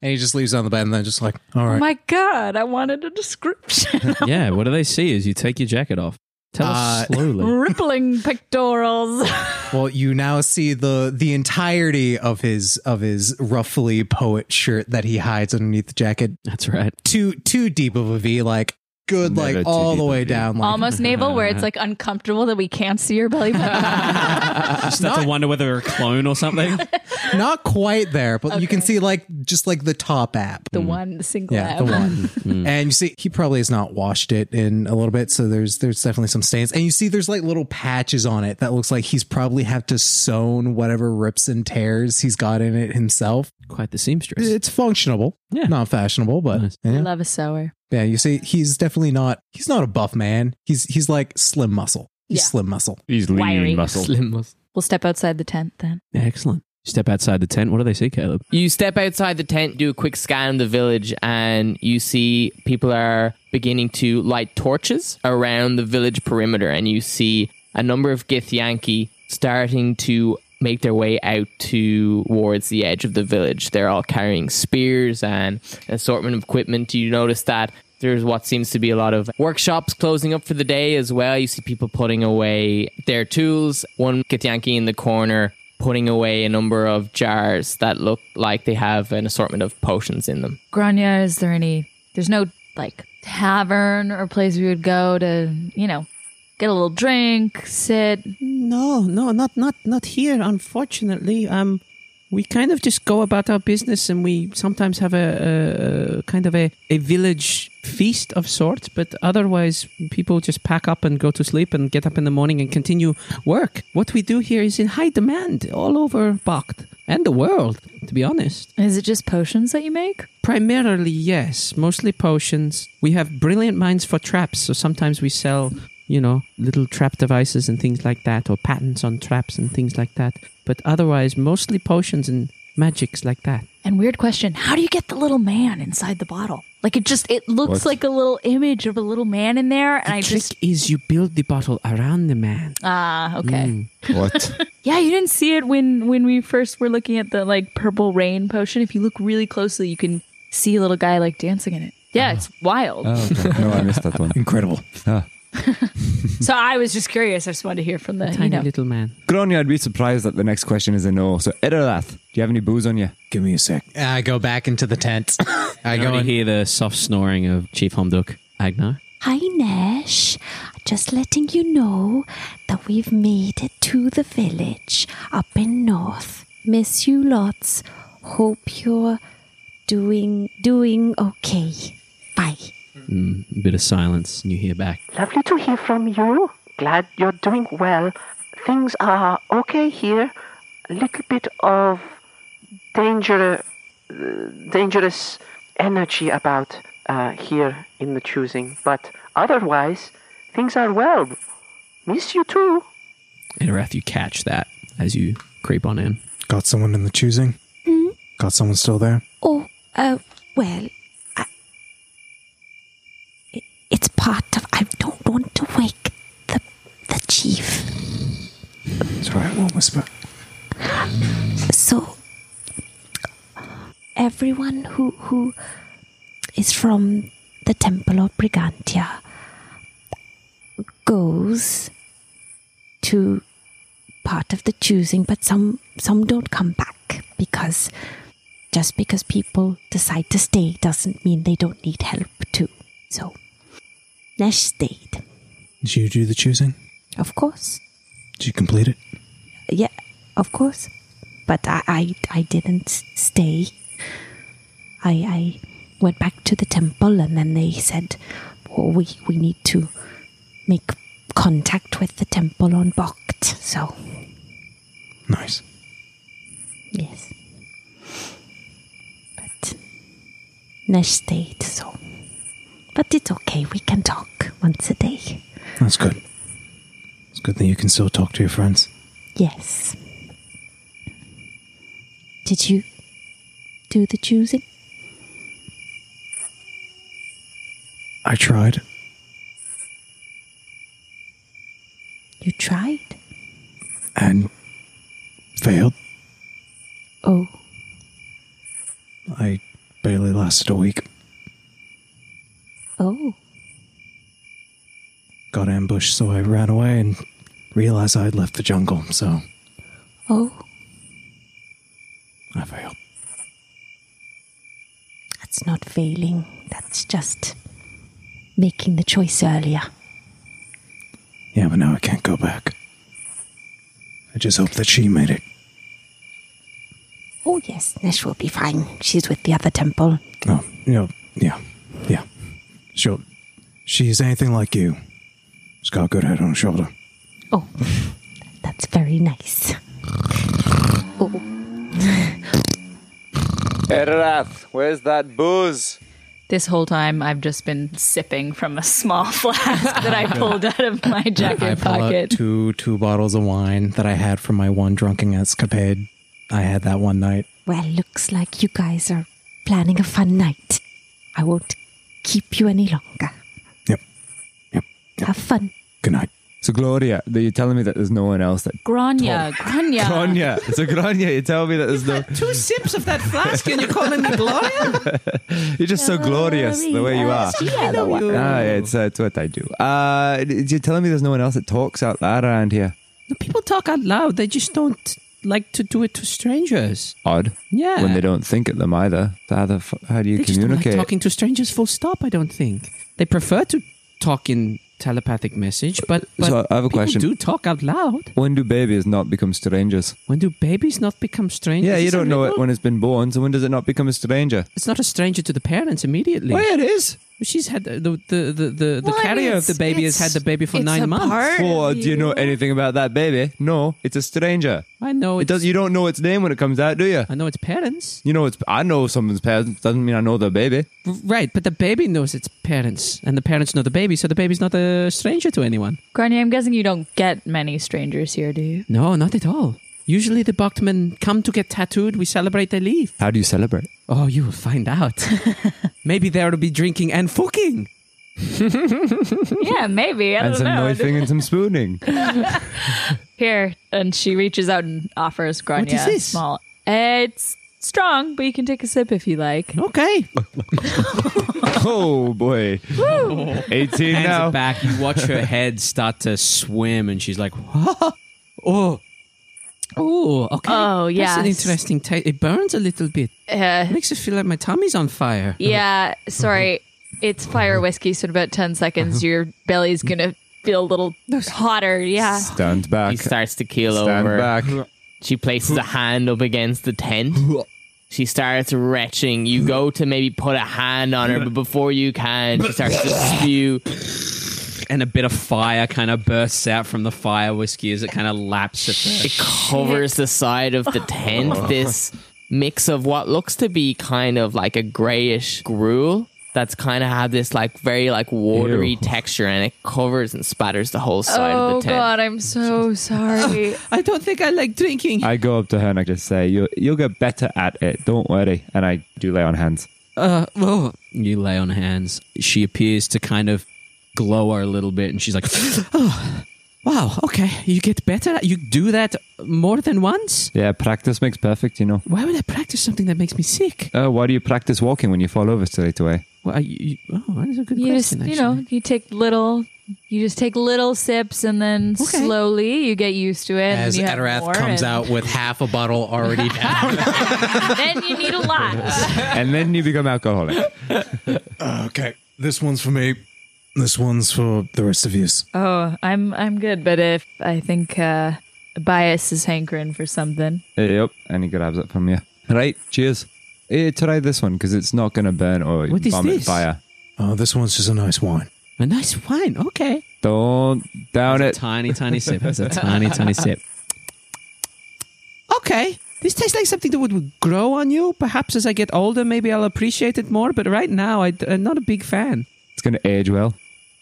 And he just leaves it on the bed and then just like, all
<laughs> Oh <laughs>
right.
my god, I wanted a description.
yeah, what do they see is you take your jacket off. Tell us
Uh,
slowly.
<laughs> Rippling
<laughs>
pectorals.
<laughs> Well, you now see the the entirety of his of his ruffly poet shirt that he hides underneath the jacket.
That's right.
Too too deep of a V, like good,
Never
like
too
all the
deep
way
of a V.
down. Like,
Almost navel, where
<laughs>
it's like uncomfortable that we can't see your belly button.
I start to wonder whether they're a clone or something.
<laughs> not quite there, but you can see like just like the top app. Mm.
the one, the single
yeah,
ab.
the
<laughs>
one.
Hmm.
And you see, he probably has not washed it in a little bit, so there's there's definitely some stains. And you see, there's like little patches on it that looks like he's probably had to sewn whatever rips and tears he's got in it himself.
Quite the seamstress.
It's functionable,
Yeah.
not fashionable, but
Nice.
I
yeah.
love a sewer.
yeah. You see, he's definitely not he's not a buff man. He's he's like slim muscle. He's
Yeah.
slim muscle.
He's lean
Wiry.
muscle.
Slim muscle.
We'll step outside the tent then.
Excellent. Step outside the tent. What do they see, Caleb?
You step outside the tent, do a quick scan of the village, and you see people are beginning to light torches around the village perimeter. And you see a number of Githyanki starting to make their way out towards the edge of the village. They're all carrying spears and an assortment of equipment. You notice that there's what seems to be a lot of workshops closing up for the day as well. You see people putting away their tools. One Githyanki in the corner putting away a number of jars that look like they have an assortment of potions in them.
Grania, is there any? There's no like tavern or place we would go to, you know, get a little drink, sit.
No, no, not not not here. Unfortunately, um, we kind of just go about our business, and we sometimes have a, a, a kind of a, a village feast of sorts. But otherwise, people just pack up and go to sleep, and get up in the morning and continue work. What we do here is in high demand all over Bacht and the world. To be honest.
Is it just potions that you make?
Primarily, yes. Mostly potions. We have brilliant minds for traps, so sometimes we sell, you know, little trap devices and things like that, or patents on traps and things like that. But otherwise, mostly potions and magics like that.
And weird question: How do you get the little man inside the bottle? Like it just it looks
What?
like a little image of a little man in there, and
The
I
trick
just
is you build the bottle around the man.
ah okay.
Mm. What?
<laughs> Yeah, you didn't see it when when we first were looking at the like purple rain potion. If you look really closely, you can see a little guy like dancing in it. Yeah, it's wild.
Oh, No, I missed that one.
<laughs>
Ah.
Incredible.
so I was just curious. I just wanted to hear from the you know.
little man.
Gronya, I'd be surprised that the next question is a no. So, Edorath, do you have any booze on you?
Give me a sec. I go back into the tent. I
I
go
can
in.
hear the soft snoring of Chief Homduk Agnar.
Hi, Nash. Just letting you know that we've made it to the village up in north. Miss you lots. Hope you're doing doing okay. Bye.
Mm, a bit of silence, and you hear back.
Lovely to hear from you. Glad you're doing well. Things are okay here. A little bit of danger, uh, dangerous energy about uh, here in the choosing, but otherwise, things are well. Miss you too.
Edorath, you catch that as you creep on in.
Got someone in the choosing?
Hmm?
Got someone still there?
Oh, uh, well, I, it- it's part of. I don't want to wake the the chief.
Sorry, I won't whisper.
So, everyone who who is from the Temple of Brigantia goes to part of the choosing, but some some don't come back because just because people decide to stay doesn't mean they don't need help too. So, Nash stayed,
Did you do the choosing?
of course.
Did you complete it?
Yeah, of course. But I, I, I didn't stay. I, I went back to the temple, and then they said, oh, "We we need to make contact with the temple on Bokt." So
Nice.
yes, but Nesh stayed. So, but it's okay. We can talk once a day.
That's good. It's good that you can still talk to your friends.
Yes. Did you do the choosing?
I tried.
You tried.
and failed.
Oh.
I barely lasted a week.
Oh.
Got ambushed, so I ran away and realized I had left the jungle. So
Oh.
I failed.
That's not failing. That's just making the choice earlier.
Yeah, but now I can't go back. I just hope that she made it.
Oh, yes, Nesh will be fine. She's with the other temple.
Oh, you know, yeah, yeah. She'll, she's anything like you. She's got a good head on her shoulder.
Oh, <laughs> that's very nice. Oh,
Edorath, where's that booze?
This whole time, I've just been sipping from a small <laughs> flask <laughs> that I pulled out of my
I
jacket
pull out
pocket.
two two bottles of wine that I had from my one drunken escapade. I had that one night.
well, looks like you guys are planning a fun night. I won't keep you any longer.
Yep.
Yep. Have fun.
Good night.
So, Gloria, that you're telling me that there's no one else that.
<laughs> Grania, Grania.
Gronya. So, Gronya, you tell me that there's no.
Two sips of that flask and you're calling me Gloria?
You're just so glorious the way you are.
Oh,
I know you.
Ah, yeah, it's, uh, it's what I do. Uh, d- you're telling me there's no one else that talks out loud around here?
People talk out loud. They just don't like to do it to strangers.
Odd.
Yeah.
When they don't think at them either. So How, the f- how do you
They just don't like
communicate?
talking to strangers. Full stop. I don't think they prefer to talk in telepathic message, but, but
so, I have a question.
do talk out loud.
When do babies not become strangers?
When do babies not become strangers?
Yeah, you
It's a
don't know it
little-
when it's been born, so when does it not become a stranger?
It's not a stranger to the parents immediately.
Well, yeah, it is.
She's had the the the, the, the
Well, I
carrier
mean,
of the baby has
it's-
had the baby for
it's
nine
a
months.
part
Well, do you know anything about that baby? No, it's a stranger.
I know
It does. You don't know its name when it comes out, do you?
I know its parents.
You know, it's. I know someone's parents. Doesn't mean I know their baby.
R- Right, but the baby knows its parents, and the parents know the baby, so the baby's not a stranger to anyone.
Grania, I'm guessing you don't get many strangers here, do you?
No, not at all. Usually the Bachman come to get tattooed, we celebrate, they leave.
How do you celebrate?
Oh, you will
<laughs>
find out. Maybe there'll be drinking
<laughs>
and fucking.
yeah, maybe. I
and
don't
some
know.
knifing and some
<laughs>
spooning.
<laughs> Here, and she reaches out and offers Grania
is
a
this?
small. It's strong, but you can take a sip if you like.
Okay.
<laughs> oh boy. 18
Hands
now.
are back. You watch
<laughs>
her head start to swim, and she's like,
<laughs>
"What? "Oh,
Oh, okay.
Oh,
That's an
yes.
interesting taste. It burns a little bit.
Uh,
Makes it feel like my tummy's on fire.
yeah, sorry. It's fire whiskey, so in about 10 seconds, your belly's going to feel a little hotter. Yeah.
Stand back.
He starts to keel
Stand
over.
back.
She places a hand up against the tent. She starts retching. You go to maybe put a hand on her, but before you can, she starts to spew.
and a bit of fire kind of bursts out from the fire whiskey as it kind of laps at Oh. the.
It covers the side of the tent. This mix of what looks to be kind of like a grayish gruel that's kind of have this like very like watery
Ew.
texture, and it covers and spatters the whole side
oh,
of the tent.
God, I'm so sorry.
<laughs> I don't think I like drinking.
I go up to her and I just say, you, You'll get better at it. Don't worry. And I do lay on hands.
Uh, oh.
You lay on hands. She appears to kind of glow her a little bit, and she's like, <gasps>
oh, wow, okay. You get better. at- You do that more than once?
Yeah, practice makes perfect, you know.
Why would I practice something that makes me sick?
Uh, why do you practice walking when you fall over straight away?
Well, I, you, oh, that is a good
you just,
question.
you know, you take little. You just take little sips and then slowly you get used to it. and
As
you have
Edirath
more
comes
and-
out with half a bottle
<laughs>
already down.
then you need a lot.
And then you become
<laughs>
alcoholic.
okay, this one's for me. This one's for the rest of you.
Oh, I'm I'm good, but if I think uh bias is hankering for something.
Yep. And he grabs it from you. Right. Cheers. Eh, try this one because it's not going to burn or
What is
vomit
this?
fire.
Oh, this one's just a nice wine.
A nice wine. Okay.
Don't down it.
tiny, tiny sip. It's a tiny,
<laughs>
tiny sip.
Okay. This tastes like something that would grow on you. Perhaps as I get older, maybe I'll appreciate it more. But right now, I, am not a big fan.
It's going to age well.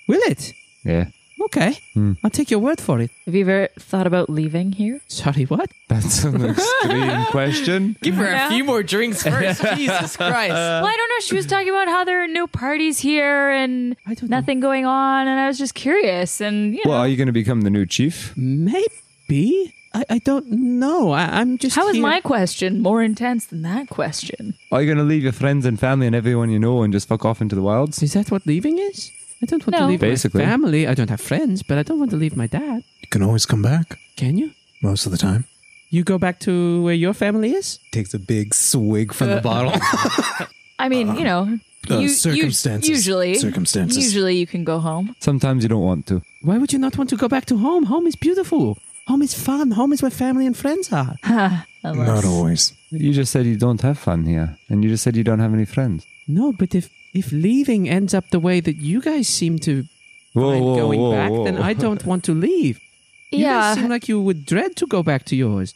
Will it?
Yeah.
Okay.
Hmm.
I'll take your word for it.
Have you ever thought about leaving here?
Sorry, what? <laughs>
That's an extreme question.
Give her
Yeah.
a few more
<laughs>
drinks first. Jesus Christ.
well, I don't know. She was talking about how there are no parties here and nothing going on, and I was just curious. And you know,
Well, are you going to become the new chief?
Maybe. I, I don't know. I, I'm just.
how is
here-
my question more intense than that question?
Are you going to leave your friends and family and everyone you know and just fuck off into the wilds?
Is that what leaving is? I don't want
No.
to leave
Basically.
my family. I don't have friends, but I don't want to leave my dad.
You can always come back
Can you?
most of the time.
You go back to where your family is?
Takes a big swig from the bottle.
<laughs>
I mean,
Uh-huh.
you know,
uh,
you- you-
circumstances.
usually,
Circumstances.
Usually, you can go home.
Sometimes you don't want to.
Why would you not want to go back to home? Home is beautiful. Home is fun. Home is where family and
<laughs>
friends are.
Not always.
You just said you don't have fun here, and you just said you don't have any friends.
No, but if if leaving ends up the way that you guys seem to
Whoa,
find
whoa,
going
whoa,
back,
whoa.
then I don't want to leave. You
Yeah.
guys seem like you would dread to go back to yours.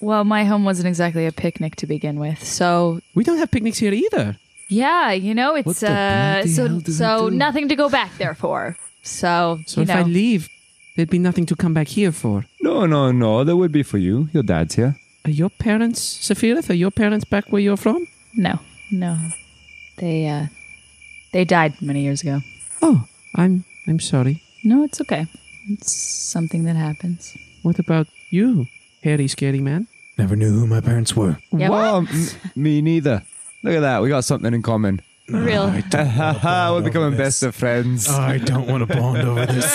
Well, my home wasn't exactly a picnic to begin with, <laughs> so
We don't have picnics here either.
yeah, you know, it's
the
uh,
bloody hell
so
do we
so
do?
nothing to go back there for. So, you
So if
know,
I leave, there'd be nothing to come back here for.
No, no, no. That would be for you. Your dad's here.
Are your parents, Sephiroth, are your parents back where you're from?
no, no, they uh, they died many years ago.
Oh, I'm I'm sorry.
No, it's okay. It's something that happens.
What about you, hairy scary man?
Never knew who my parents were.
Yeah,
Well, m- me neither. Look at that. We got something in common.
Real.
We're becoming best of friends.
I don't want to bond
<laughs>
over this.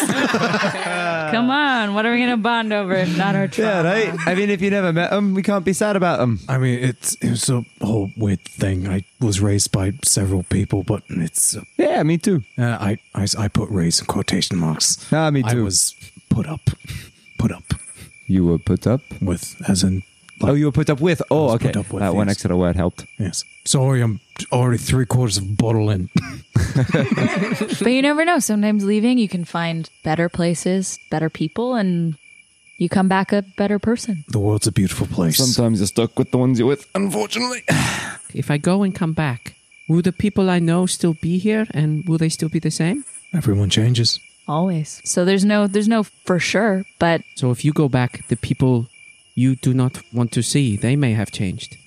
Come on, what are we gonna bond over if not
<laughs>
our trauma?
yeah, right? I mean, if you never met them, we can't be sad about them.
I mean, it's it was a whole weird thing. I was raised by several people, but it's uh,
Yeah, me too.
I, I I put raised in quotation marks.
Ah, me
I
too.
was put up, put up
You were put up.
with, as in
oh, you were put up with. Oh, okay. that one
yes.
extra word helped.
Yes. Sorry, I'm already three quarters of a
<laughs>
bottle in.
but you never know. Sometimes leaving, you can find better places, better people, and you come back a better person.
The world's a beautiful place.
Sometimes you're stuck with the ones you're with.
Unfortunately. If I go and come back, will the people I know still be here and will they still be the same?
Everyone changes.
Always. So there's no there's no for sure, but
So if you go back, the people you do not want to see, they may have changed.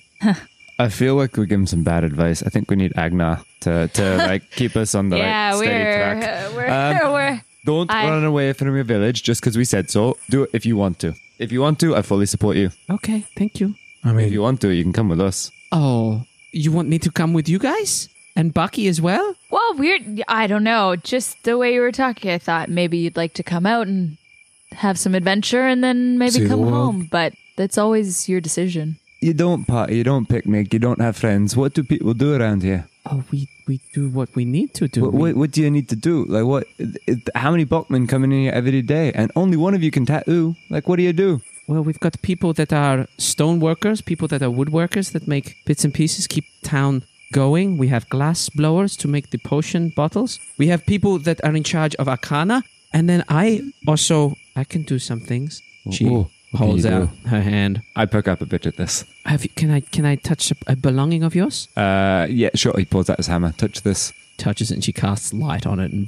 I feel like we give him some bad advice. I think we need Agna to,
<laughs>
to like keep us on the
yeah,
right steady
we're,
track.
uh, <laughs> we're,
Um,
we're
Don't
I-
run away from your village just because we said so. Do it if you want to. If you want to, I fully support you.
Okay, thank you.
I mean,
if you want to, you can come with us.
Oh, you want me to come with you guys? And Bucky as well?
well, weird. I don't know. Just the way you were talking, I thought maybe you'd like to come out and have some adventure, and then maybe
See the
come
world.
home. But that's always your decision.
You don't party, you don't picnic, you don't have friends. What do people do around here?
Oh, we, we do what we need to do.
What, what, what do you need to do? Like, what? It, how many Bachman come in here every day, and only one of you can tattoo? Like, what do you do?
Well, we've got people that are stone workers, people that are woodworkers that make bits and pieces, keep town going. We have glass blowers to make the potion bottles. We have people that are in charge of Arcana. And then I also, I can do some things. She
Ooh, Oh, what can
holds
you do?
out her hand.
I perk up a bit at this.
Have you, can I can I touch a, a belonging of yours?
Uh, yeah, sure. He pulls out his hammer. Touch this.
Touches it, and she casts light on it, and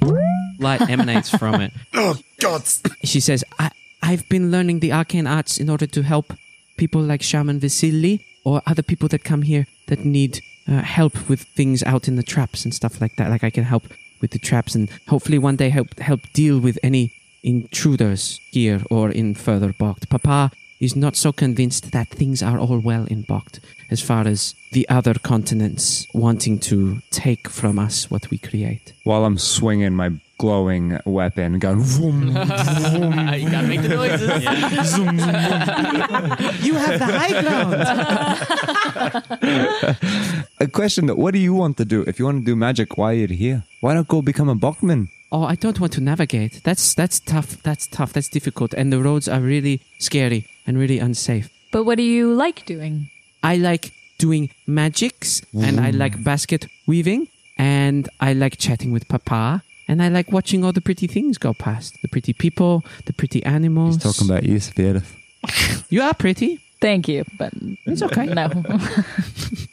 light emanates from it.
<laughs> Oh God!
She says, I, I've been learning the arcane arts in order to help people like Shaman Vasili or other people that come here that need uh, help with things out in the traps and stuff like that. Like I can help with the traps and hopefully one day help help deal with any intruders here or in further Bokt. Papa is not so convinced that things are all well in Bokt as far as the other continents wanting to take from us what we create.
While I'm swinging my glowing weapon, going vroom,
<laughs> you gotta make the noises.
You have the high
<laughs> a question that what do you want to do? If you want to do magic, why are you here? Why not go become a Bachman?
Oh, I don't want to navigate. That's that's tough. That's tough. That's difficult, and the roads are really scary and really unsafe.
But what do you like doing?
I like doing magics, and I
Mm.
like basket weaving, and I like chatting with Papa, and I like watching all the pretty things go past. The pretty people, the pretty animals.
He's talking about you, Spirit.
You are pretty.
Thank you, but
it's okay.
No. <laughs>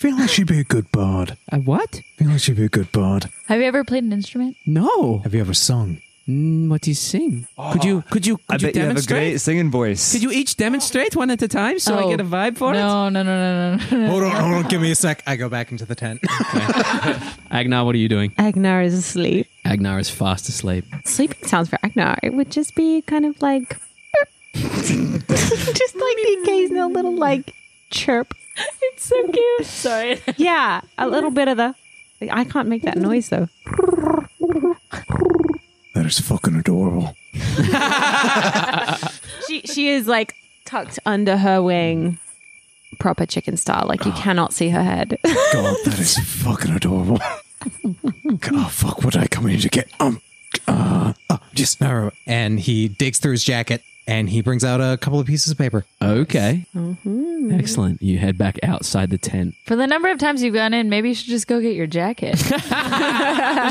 feel like she'd be a good bard.
A what?
feel like she'd be a good bard.
Have you ever played an instrument?
No.
Have you ever sung?
Mm, what do you sing? Could you? Could you?
I
Could you
bet you have a
demonstrate?
great singing voice.
Could you each demonstrate one at a time so I
Oh.
get a vibe for it?
No, no, no, no, no.
Hold on, hold on. Give me a sec. I go back into the tent.
Agnar, what are you doing?
Agnar is asleep.
Agnar is fast asleep.
Sleeping sounds for Agnar. It would just be kind of like. <laughs> just like the occasional little like chirp. It's so cute.
Sorry.
Yeah, a little bit of the. I can't make that noise though.
That is fucking
<laughs>
adorable.
She she is like tucked under her wing, proper chicken style. Like you
Ah.
cannot see her <laughs> head.
God, that is fucking adorable. <laughs> God, fuck, what did I come in here to get? Um, uh, uh, just narrow. it. And he digs through his jacket and he brings out a couple of pieces of paper.
Okay.
Mm-hmm.
Excellent. You head back outside the tent.
For the number of times you've gone in, maybe you should just go get your
<laughs>
jacket.
There's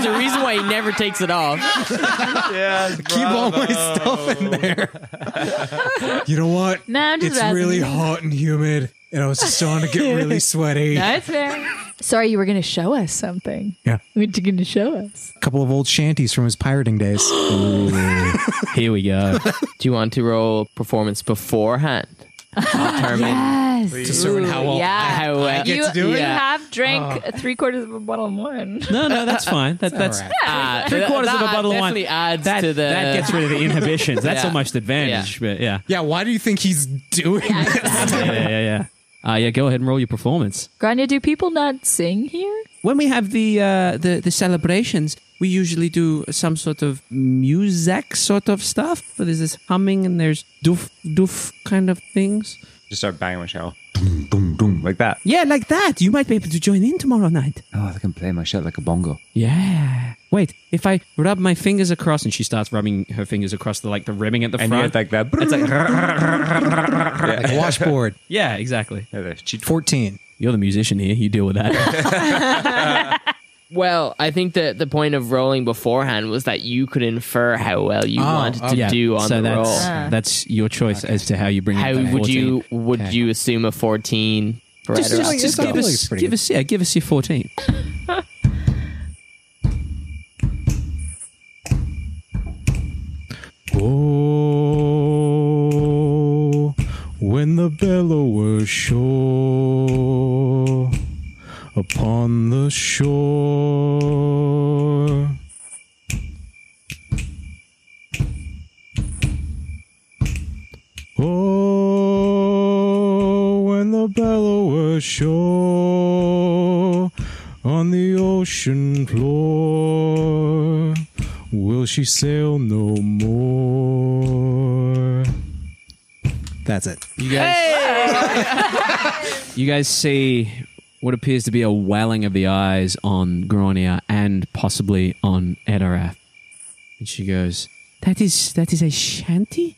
a reason why he never takes it <laughs> off.
yeah,
Keep all my stuff in there. you know what?
Oh, No, I'm just
it's
asking.
really hot and humid, and I was just starting to get
<laughs>
really sweaty.
That's fair. Sorry, you were going to show us something.
Yeah.
What you going to show us?
A couple of old shanties from his pirating days.
Here we go.
Do you want to roll performance beforehand? Determine
Yes.
Discern how old-
Yeah.
how well
uh,
you
to do
you
it?
have drank three quarters of a bottle of wine.
Oh. No, no, that's fine.
<laughs>
That, that's
right.
Ah,
three
that-
quarters of a
that
bottle of wine.
Definitely adds
That,
to the.
that gets rid of the inhibitions. That's <laughs>
Yeah.
almost advantage. But <laughs> yeah.
Yeah, why do you think he's doing <laughs> this?
Yeah, yeah, yeah. yeah. Uh, yeah, go ahead and roll your performance.
Grania, do people not sing here?
when we have the uh, the the celebrations, we usually do some sort of music sort of stuff. But there's this humming and there's doof doof kind of things.
Just start banging my shell. Boom, boom, boom, like that.
Yeah, like that. You might be able to join in tomorrow night.
Oh, I can play my shell like a bongo.
Yeah.
wait, if I rub my fingers across, and she starts rubbing her fingers across the like the ribbing at the
And you
front,
get, like, that-
It's
<laughs>
like, <laughs>
Like a washboard.
Yeah, exactly.
Fourteen.
You're the musician here. You deal with <laughs> that.
<laughs> Well, I think that the point of rolling beforehand was that you could infer how well you
Oh,
wanted to
okay.
do on
so
the
that's,
roll.
That's your choice as to how you bring.
How
it back.
would you would you assume a fourteen? for
Just,
Adderall?
just, just give us, give us, yeah, give us your fourteen.
Oh, when the bellowers shore upon the shore. Oh, when the bellowers shore on the ocean floor, will she sail no more?
That's it.
You guys, you guys see what appears to be a wailing of the eyes on Gronia and possibly on Edorath. And she goes, That is that is a shanty?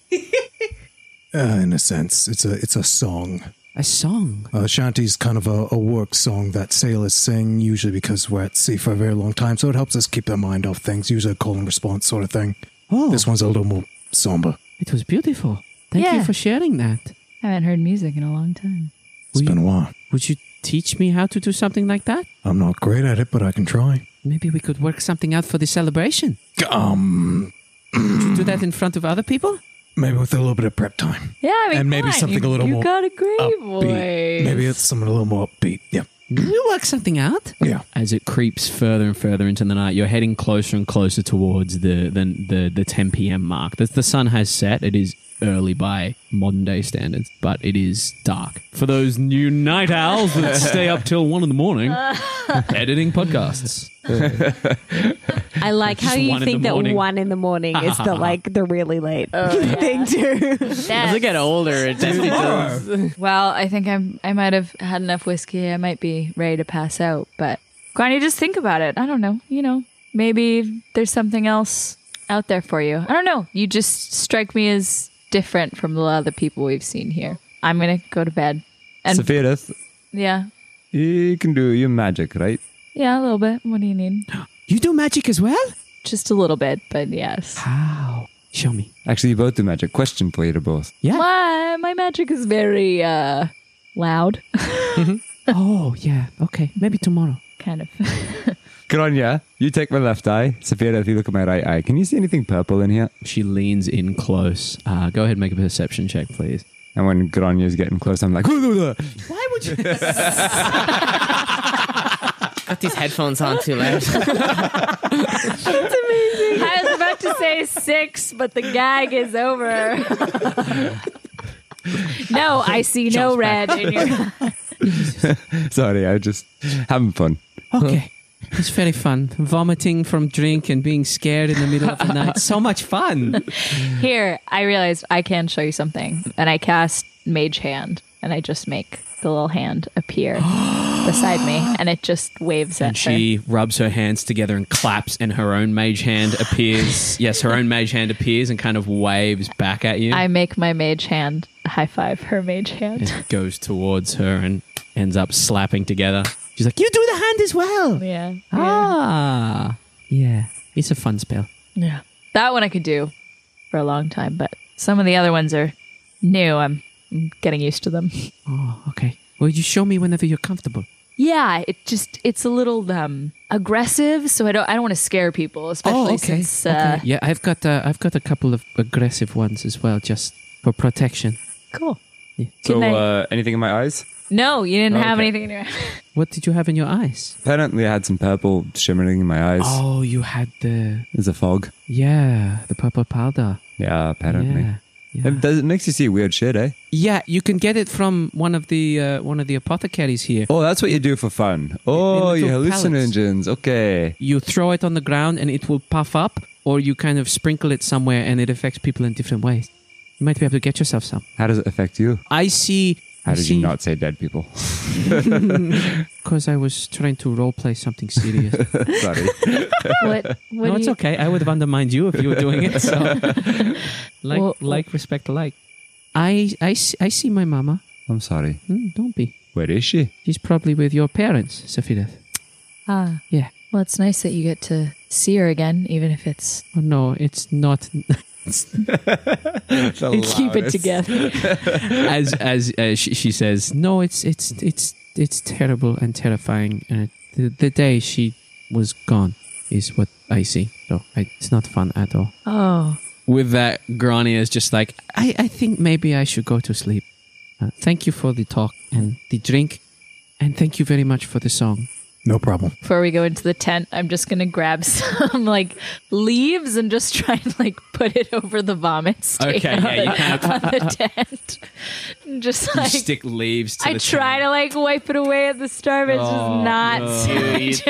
Uh, in a sense, it's a it's a song.
A song.
Uh, shanty's kind of a, a work song that sailors sing, usually because we're at sea for a very long time, so it helps us keep our mind off things. Usually, a call and response sort of thing.
Oh,
this one's a little more somber.
It was beautiful. Thank you
Yeah.
for sharing that.
I haven't heard music in a long time.
It's been a while.
Would you teach me how to do something like that?
I'm not great at it, but I can try.
Maybe we could work something out for the celebration.
Um, <clears throat>
Would you do that in front of other people?
maybe with a little bit of prep time.
Yeah, I mean,
and maybe
come on,
something
you-
a little
you
more
got a great
upbeat.
voice.
Maybe it's something a little more upbeat. Yeah.
We'll work something out.
Yeah.
As it creeps further and further into the night, you're heading closer and closer towards the the, the, the 10 p.m. mark. The, the sun has set. It is early by modern day standards, but it is dark. For
<laughs>
those
<laughs>
new night owls that stay up <laughs> till 1 in the morning <laughs> editing podcasts.
I like
<laughs>
how
Just
you
one in
think
the
that
morning.
one in the morning
<laughs>
is the like the really late <laughs> thing too.
As I get older, it definitely does. <laughs>
well, I think I'm. I might have had enough whiskey. I might be ready to pass out. But Grani, just think about it. I don't know. You know, maybe there's something else out there for you. I don't know. You just strike me as different from a lot of the people we've seen here. I'm gonna go to bed. And
Sephiroth,
yeah,
you can do your magic, right?
yeah, a little bit. What do you need?
<gasps> You do magic as well?
Just a little bit, but yes.
How? Show me.
Actually, you both do magic. Question for you to both.
Yeah.
My my magic is very uh loud. <laughs>
oh yeah. Okay. Maybe tomorrow.
Kind of. <laughs>
Grania, you take my left eye. Sophia, if you look at my right eye, can you see anything purple in here?
She leans in close. Uh, go ahead and make a perception check, please.
And when Grania's getting close, I'm like, <laughs>
Why would you?
<laughs> Got these headphones on too loud.
That's amazing. I was about to say six, but the gag is
<laughs>
over.
No, I see no red in your
<laughs>
sorry, I just having fun.
Okay. It's very fun. Vomiting from drink and being scared in the middle of the night. So
<laughs>
much fun.
Here, I realized I can show you something. And I cast Mage Hand, and I just make the little hand
<gasps>
appear beside me, and it just waves at
<laughs> And she rubs her hands together and claps, and her own mage hand appears. yes, her own mage hand appears and kind of waves back at you.
her. I make my Mage Hand high five her Mage Hand.
and goes towards her and ends up slapping together. She's like, You do the hand as well.
Yeah. yeah.
Ah. Yeah. It's
<laughs>
a fun spell.
Yeah. That one I could do for a long time, but some of the other ones are new. I'm I'm getting used to them.
Oh, okay. Well, you show me whenever you're comfortable.
Yeah, it just it's a little um aggressive, so I don't I don't want to scare
Oh,
people, especially since uh
Yeah, I've got uh, I've got a couple of aggressive ones as well, just for protection.
cool.
So,
Good night.
uh, anything in my eyes?
No, you didn't have
Okay.
anything in your
What did you have in your eyes?
Apparently, I had some purple shimmering in my eyes.
Oh, you had the
There's a fog.
yeah, the purple powder.
Yeah, apparently.
Yeah,
It, does, it makes you see weird shit, eh?
Yeah, you can get it from one of the uh, one of the apothecaries here.
Oh, that's what you do for fun. Oh,
In
you
little
hallucinogens. Okay.
You throw it on the ground and it will puff up, or you kind of sprinkle it somewhere and it affects people in different ways. You might be able to get yourself some.
How does it affect you?
I see
How did
<laughs>
you <laughs>
see.
not say dead people?
Because I was trying to roleplay something serious.
<laughs> Sorry.
<laughs> What- what do
no, it's
you-
okay. I would have undermined you if you were doing it.
<laughs>
So. like,
Well-
like, respect alike. I, I, s- I see my mama.
I'm sorry.
Mm, don't be.
Where is she?
She's probably with your parents, Safira.
Ah.
Yeah.
Well, it's nice that you get to see her again, even if it's.
Oh, no, it's not. <laughs>
keep it
<laughs>
together.
as as uh, she, she says, no, it's it's it's it's terrible and terrifying. Uh, the, the day she was gone is what I see. So I, it's not fun at all.
Oh.
With that, Grania is just like, I, I think maybe I should go to sleep. Uh, thank you for the talk and the drink, and thank you very much for the song.
No problem.
Before we go into the tent, I'm just gonna grab <laughs> some like leaves and just try and like put it over the vomit stain
Okay,
on,
yeah, you
the,
kind of-
on the tent. <laughs> And just <laughs> like
leaves
I try to like wipe it away at the start, but it's just
Oh,
not.
<laughs>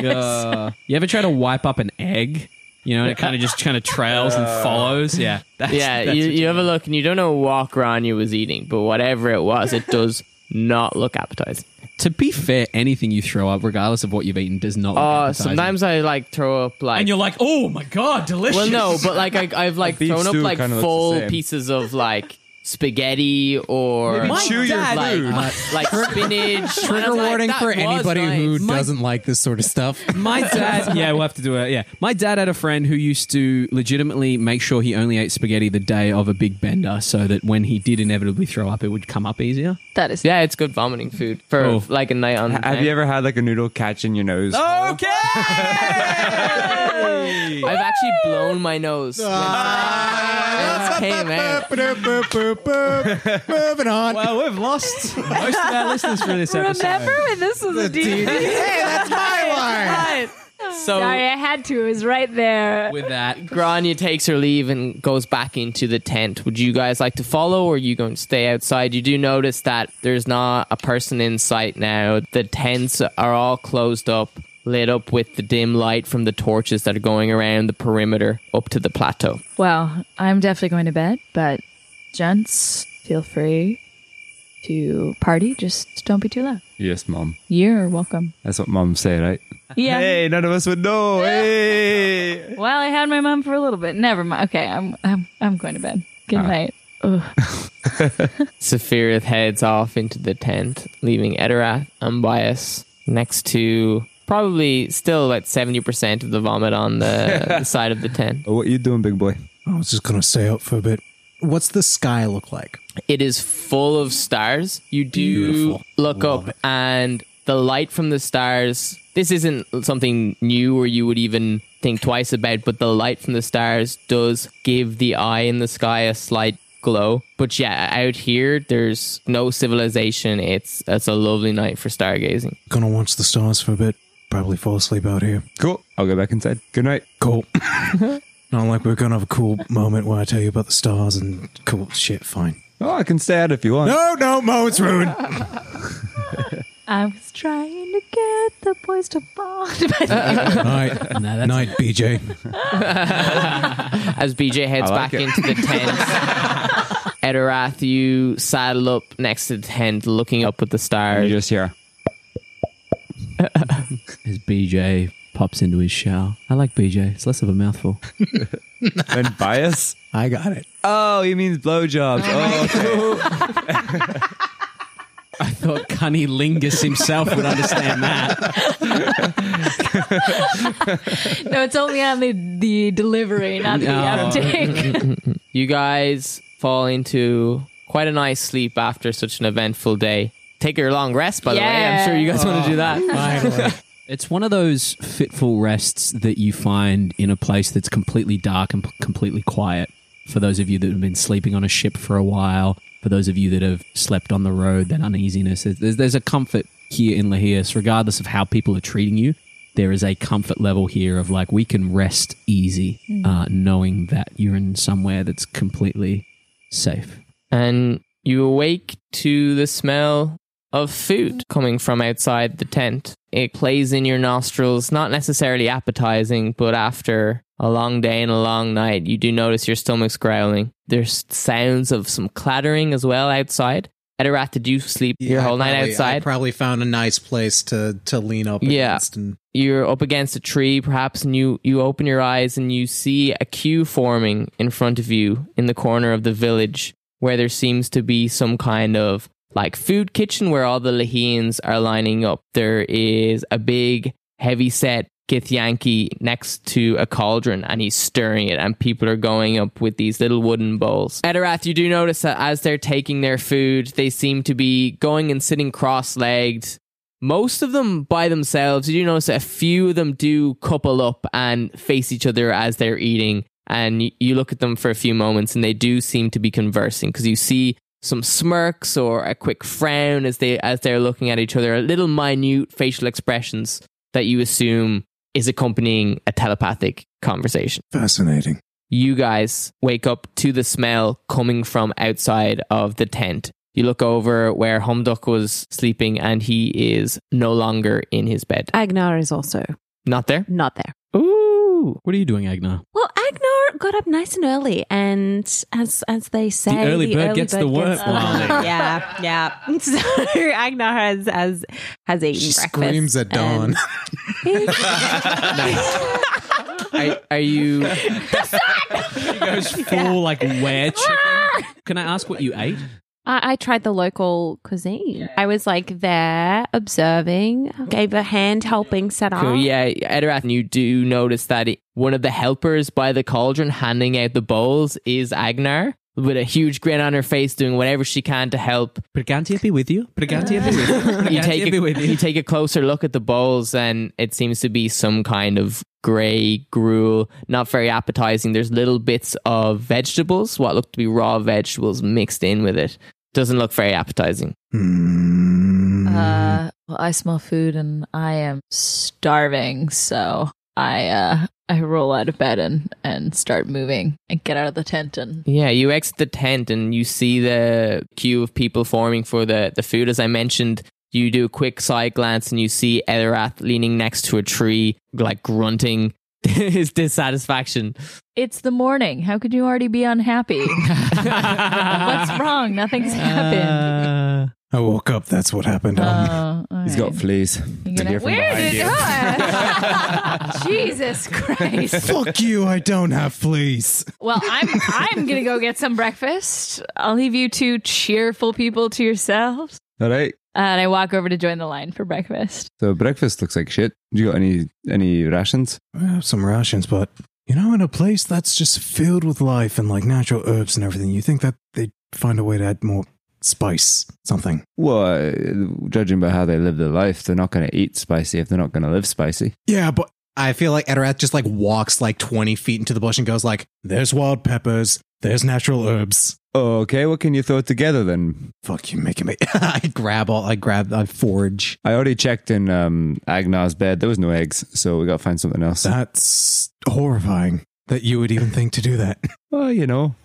sanitized.
Uh, you ever try to wipe up an egg? You know, and it kind of just kind of trails and follows. Yeah, <laughs>
yeah, you, you have a look and you don't know what Grania was eating, but whatever it was, it does not look appetizing.
To be fair, anything you throw up, regardless of what you've eaten, does not. look
Oh,
appetizing.
sometimes I like throw up like.
and you're like, oh my god, delicious.
Well, no, but like I, I've like
beef
thrown up
stew
like
kinda looks the
full
same.
pieces of like spaghetti or
Maybe
like,
chew your <laughs>
like, uh,
food.
like spinach. And
Trigger
I'm like,
warning
that
for
was
anybody
nice.
who doesn't like this sort of
<laughs>
stuff.
My
<laughs>
dad, <laughs> yeah, we'll have to do it. Yeah, my dad had a friend who used to legitimately make sure he only ate spaghetti the day of a big bender, so that when he did inevitably throw up, it would come up easier.
That is.
Yeah, it's good vomiting food for like a night on.
Have you ever had like a noodle catch in your nose?
Oh. Okay. <laughs> I've actually blown my nose.
Ah,
Moving on.
Well, we've lost most of our listeners for this episode.
Remember
when this was
a DVD?
Hey, that's
my
So-
Sorry, I
had to. It was right there.
<laughs> With that,
Grania takes her leave and goes back into the tent. Would you guys like to follow, or are you going to stay outside? You do notice that there's not a person in sight now. The tents are all closed up, lit up with the dim light from the torches that are going around the perimeter up to the plateau.
Well, I'm definitely going to bed, but gents, feel free to party. Just don't be too loud.
Yes, mom.
You're welcome.
That's what mom say, right?
Yeah.
Hey, none of us would know. Hey.
Well, I had my mom for a little bit. Never mind. Okay, I'm I'm I'm going to bed. Good
All
night. Ugh.
Sephiroth heads off into the tent, leaving Edorath and Bias next to probably still about 70% of the vomit on the, the side of the
Oh,
tent.
What you doing, big boy?
I was just gonna stay up for a bit. What's the sky look like?
It is full of stars. You do look up, and the light from the stars. This isn't something new or you would even think twice about, but the light from the stars does give the eye in the sky a slight glow. But yeah, out here, there's no civilization. It's it's a lovely night for stargazing.
Gonna watch the stars for a bit. Probably fall asleep out here.
Cool. I'll go back inside. Good night.
Cool. <laughs> Not like we're gonna have a cool moment where I tell you about the stars and cool shit. Fine.
Oh, I can stay out if you want.
No, no, Mo, it's ruined.
I was trying to get the boys to <laughs> bond.
<laughs>
Night, night, BJ.
<laughs> As BJ heads
I like
back
it.
into the tent, Edorath, you saddle up next to the tent, looking up at the stars.
You just hear.
<laughs> As BJ pops into his shower, I like BJ. It's less of a mouthful.
and bias.
I <laughs> got it.
Oh, he means blowjobs. Oh,
I thought Cunny Lingus himself would understand that.
No, it's only on the, the delivery, not the
No. <laughs>
outtake.
you guys fall into quite a nice sleep after such an eventful day. Take your long rest, by the way. I'm sure you guys want to do that.
<laughs> It's one of those fitful rests that you find in a place that's completely dark and p- completely quiet. For those of you that have been sleeping on a ship for a while, for those of you that have slept on the road, that uneasiness, there's, there's a comfort here in Lahias, regardless of how people are treating you. There is a comfort level here of like, we can rest easy,
Mm.
uh, knowing that you're in somewhere that's completely safe.
and you awake to the smell of food coming from outside the tent. It plays in your nostrils, not necessarily appetizing, but after a long day and a long night, you do notice your stomach's growling. There's sounds of some clattering as well outside. Ederat, did you sleep your whole night
Probably- I
outside?
probably found a nice place to to lean up
yeah.
against. And
You're up against a tree, perhaps, and you, you open your eyes and you see a queue forming in front of you in the corner of the village where there seems to be some kind of like food kitchen where all the Lahians are lining up. There is a big, heavy set Githyanki next to a cauldron and he's stirring it, and people are going up with these little wooden bowls. Edorath, you do notice that as they're taking their food, they seem to be going and sitting cross legged most of them by themselves. You do notice that a few of them do couple up and face each other as they're eating. And y- you look at them for a few moments and they do seem to be conversing because you see some smirks or a quick frown as they as they're looking at each other, little minute facial expressions that you assume is accompanying a telepathic conversation.
Fascinating.
You guys wake up to the smell coming from outside of the tent. You look over where Humduck was sleeping and he is no longer in his bed.
Agnar is also
Not there?
not there.
Ooh.
What are you doing, Agna?
Well, Agnar got up nice and early, and as as they say,
early bird gets the worm. Wow.
<laughs> yeah, yeah. <laughs> So Agnar has has has eaten
she
breakfast.
screams at
<laughs>
dawn. <laughs>
Are,
<laughs>
are you?
she goes full like where chicken. Can I ask what you ate?
I, I tried the local cuisine. I was like there observing, gave a hand helping set up.
Cool. Yeah, Edorath, you do notice that it- one of the helpers by the cauldron handing out the bowls is Agnar with a huge grin on her face, doing whatever she can to help.
Brigantia be with you. Brigantia be with <laughs> you.
<laughs> You
Brigantia
take,
be
a,
with you.
you take a closer look at the bowls, and it seems to be some kind of grey gruel, not very appetizing. There's little bits of vegetables, what look to be raw vegetables, mixed in with it. Doesn't look very appetizing.
Uh, well, I smell food and I am starving, so I uh, I roll out of bed and and start moving and get out of the tent and
Yeah, you exit the tent and you see the queue of people forming for the, the food. As I mentioned, you do a quick side glance and you see Elrath leaning next to a tree, like grunting <laughs> his dissatisfaction.
it's the morning. How could you already be unhappy? What's wrong? Nothing's happened.
Uh,
I woke up. That's what
Oh,
happened.
Um,
He's got fleas.
gonna-
Where did
<laughs>
you.
<laughs>
it go?
<laughs>
Jesus Christ.
Fuck you! I don't have fleas.
Well, I'm I'm gonna go get some breakfast. I'll leave you two cheerful people to yourselves.
Oh.
Uh,
All right.
And I walk over to join the line for
<laughs>
breakfast.
So breakfast looks like shit. Do you got any any rations?
I have some rations, but you know, in a place that's just filled with life and like natural herbs and everything, you think that they'd find a way to add more spice, something.
Well, uh, judging by how they live their life, they're not going to eat spicy if they're not going to live spicy.
Yeah, but I feel like Edorath just like walks like twenty feet into the bush and goes like, "There's wild peppers. There's natural herbs."
Okay, what can you throw together then?
Fuck you, making me. <laughs> I grab all. I grab. I forge.
I already checked in um, Agnar's bed. There was no eggs, so we got to find something else.
That's horrifying that you would even think to do that. <laughs>
Well, you know,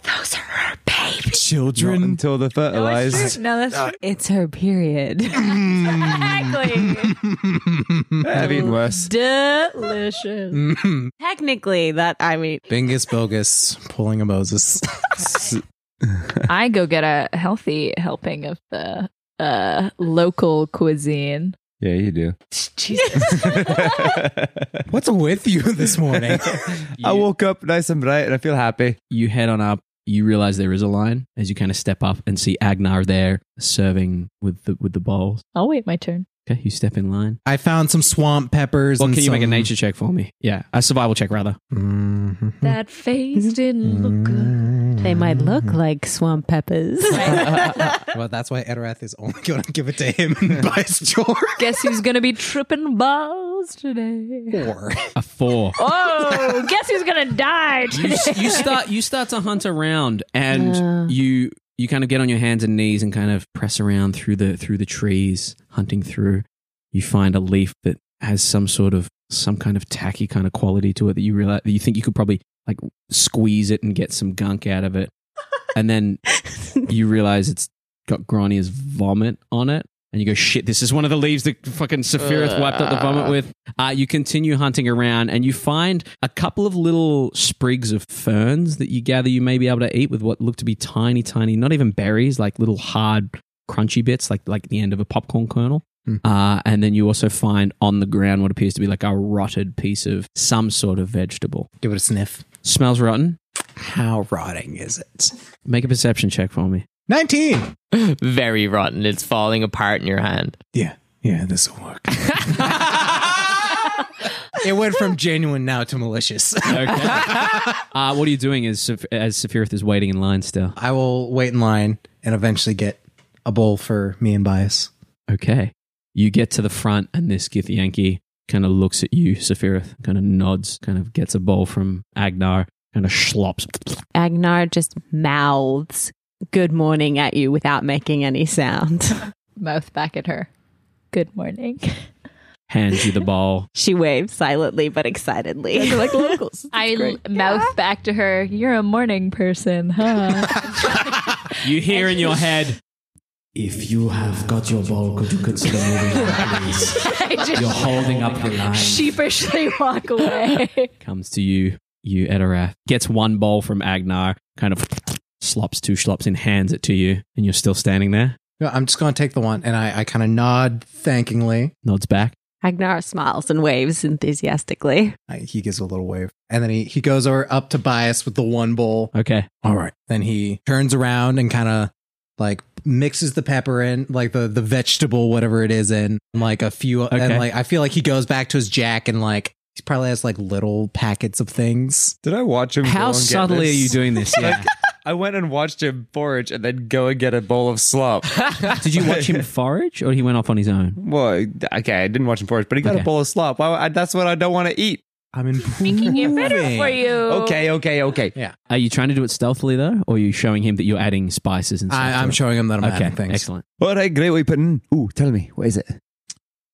Children
until they're fertilized.
<laughs> No, that's it's her period. <laughs>
I've eaten worse.
Delicious.
<laughs>
Technically, that I mean,
Bingus bogus, pulling a
<laughs>
Moses.
I go get a healthy helping of the uh local cuisine.
Yeah, you do.
Jesus.
<laughs> What's with you
<laughs>
this morning?
<laughs>
I woke up nice and bright and I feel happy.
You head on up. You realize there is a line as you kind of step up and see Agnar there serving with the with the bowls.
I'll wait my turn.
Okay, you step in line.
I found some swamp peppers.
Well,
and
can you make a
some-
nature check for me? Yeah, a survival check rather. <laughs>
that face didn't look good. They might look like swamp
<laughs>
peppers.
well, that's why Edorath is only going to give it to him
<laughs>
and buy his chore.
Guess who's gonna be tripping balls today?
Four.
A four.
<laughs> Oh, guess who's gonna die?
you,
today?
you
<laughs>
start you start to hunt around and you you kind of get on your hands and knees and kind of press around through the through the trees hunting through you find a leaf that has some sort of some kind of tacky kind of quality to it that you realize that you think you could probably like squeeze it and get some gunk out of it and then you realize it's got Grania's vomit on it and you go shit this is one of the leaves that fucking Sephiroth wiped up the vomit with uh, you continue hunting around and you find a couple of little sprigs of ferns that you gather you may be able to eat with what look to be tiny, tiny, not even berries, like little hard crunchy bits, like like the end of a popcorn kernel.
Hmm.
Uh, and then you also find on the ground what appears to be like a rotted piece of some sort of vegetable.
Give it a sniff.
Smells rotten.
How rotting is it?
Make a perception check for me.
19.
<laughs> Very rotten. It's falling apart in your hand.
Yeah. Yeah, this will work. It went from genuine now to malicious.
Uh, what are you doing as Saph- as Sephiroth is waiting in line still?
I will wait in line <laughs> and eventually get a bowl for me and Bias.
Okay. You get to the front, and this Gith Yankee kind of looks at you, Sephiroth, kind of nods, kind of gets a bowl from Agnar, kind of schlops.
Agnar just mouths good morning at you without making any sound.
<laughs> Mouth back at her. Good morning.
hands you the bowl.
She waves silently but excitedly.
like locals. I l- mouth back to her. You're a morning person, huh?
You hear in your head.
If you have got your ball, could you
<laughs>
consider moving on, please?
<laughs> I just
You're holding up the line.
sheepishly
<laughs>
walk away.
comes to you, you Edorath. Gets one bowl from Agnar, kind of slops two slops and hands it to you, and you're still standing there.
No, I'm just going to take the one and I, I kind of nod thankingly.
Nods back.
<laughs> Agnar smiles and waves enthusiastically.
I- He gives a little wave. And then he, he goes over up to Bias with the one bowl.
Okay.
All right. Then he turns around and kind of like mixes the pepper in, like the, the vegetable, whatever it is in, and, like a few.
Okay.
And like, I feel like he goes back to his jack and like, he probably has like little packets of things.
Did I watch him?
How
go and get
subtly
this?
are you doing
<laughs>
this?
Like,
<laughs> Yeah.
I went and watched him forage and then go and get a bowl of
<laughs>
slop.
Did you watch
<laughs>
him forage, or he went off on his own?
Well, okay, I didn't watch him forage, but he got
Okay.
a bowl of slop. Why, I, that's what I don't want to eat.
I'm
improving.
it better for you.
Okay, okay, okay.
Yeah.
Are you trying to do it stealthily though, or are you showing him that you're adding spices and stuff?
I,
to
I'm
it?
showing him that I'm
okay,
adding things.
Excellent.
All right, great. What you putting? Ooh, tell me, what is it?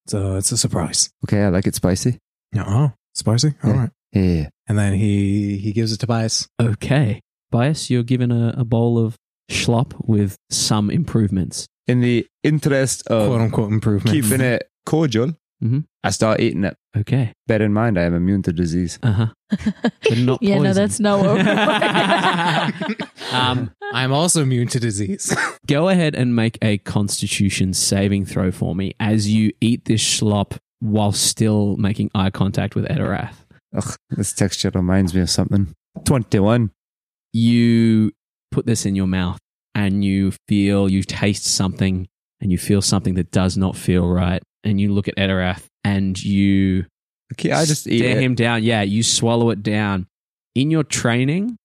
So it's a surprise.
Okay, I like it spicy.
No, oh, spicy. All right.
Yeah.
And then he he gives it to Bias.
Okay, Bias, you're given a, a bowl of schlop with some improvements.
In the interest of
quote unquote improvement,
keeping it cordial,
Mhm.
I start eating it.
Okay.
Bear in mind, I am immune to disease.
<laughs>
Uh huh. But not
yeah, no,
poison.
that's no
<laughs>
<laughs>
Um,
I'm also immune to disease. <laughs>
Go ahead and make a constitution saving throw for me as you eat this schlop while still making eye contact with Edorath.
Ugh, this texture reminds me of something. 21.
You put this in your mouth and you feel, you taste something and you feel something that does not feel right. And you look at Edorath and you
Okay, I just eat
stare
it.
him down. Yeah, you swallow it down. In your training,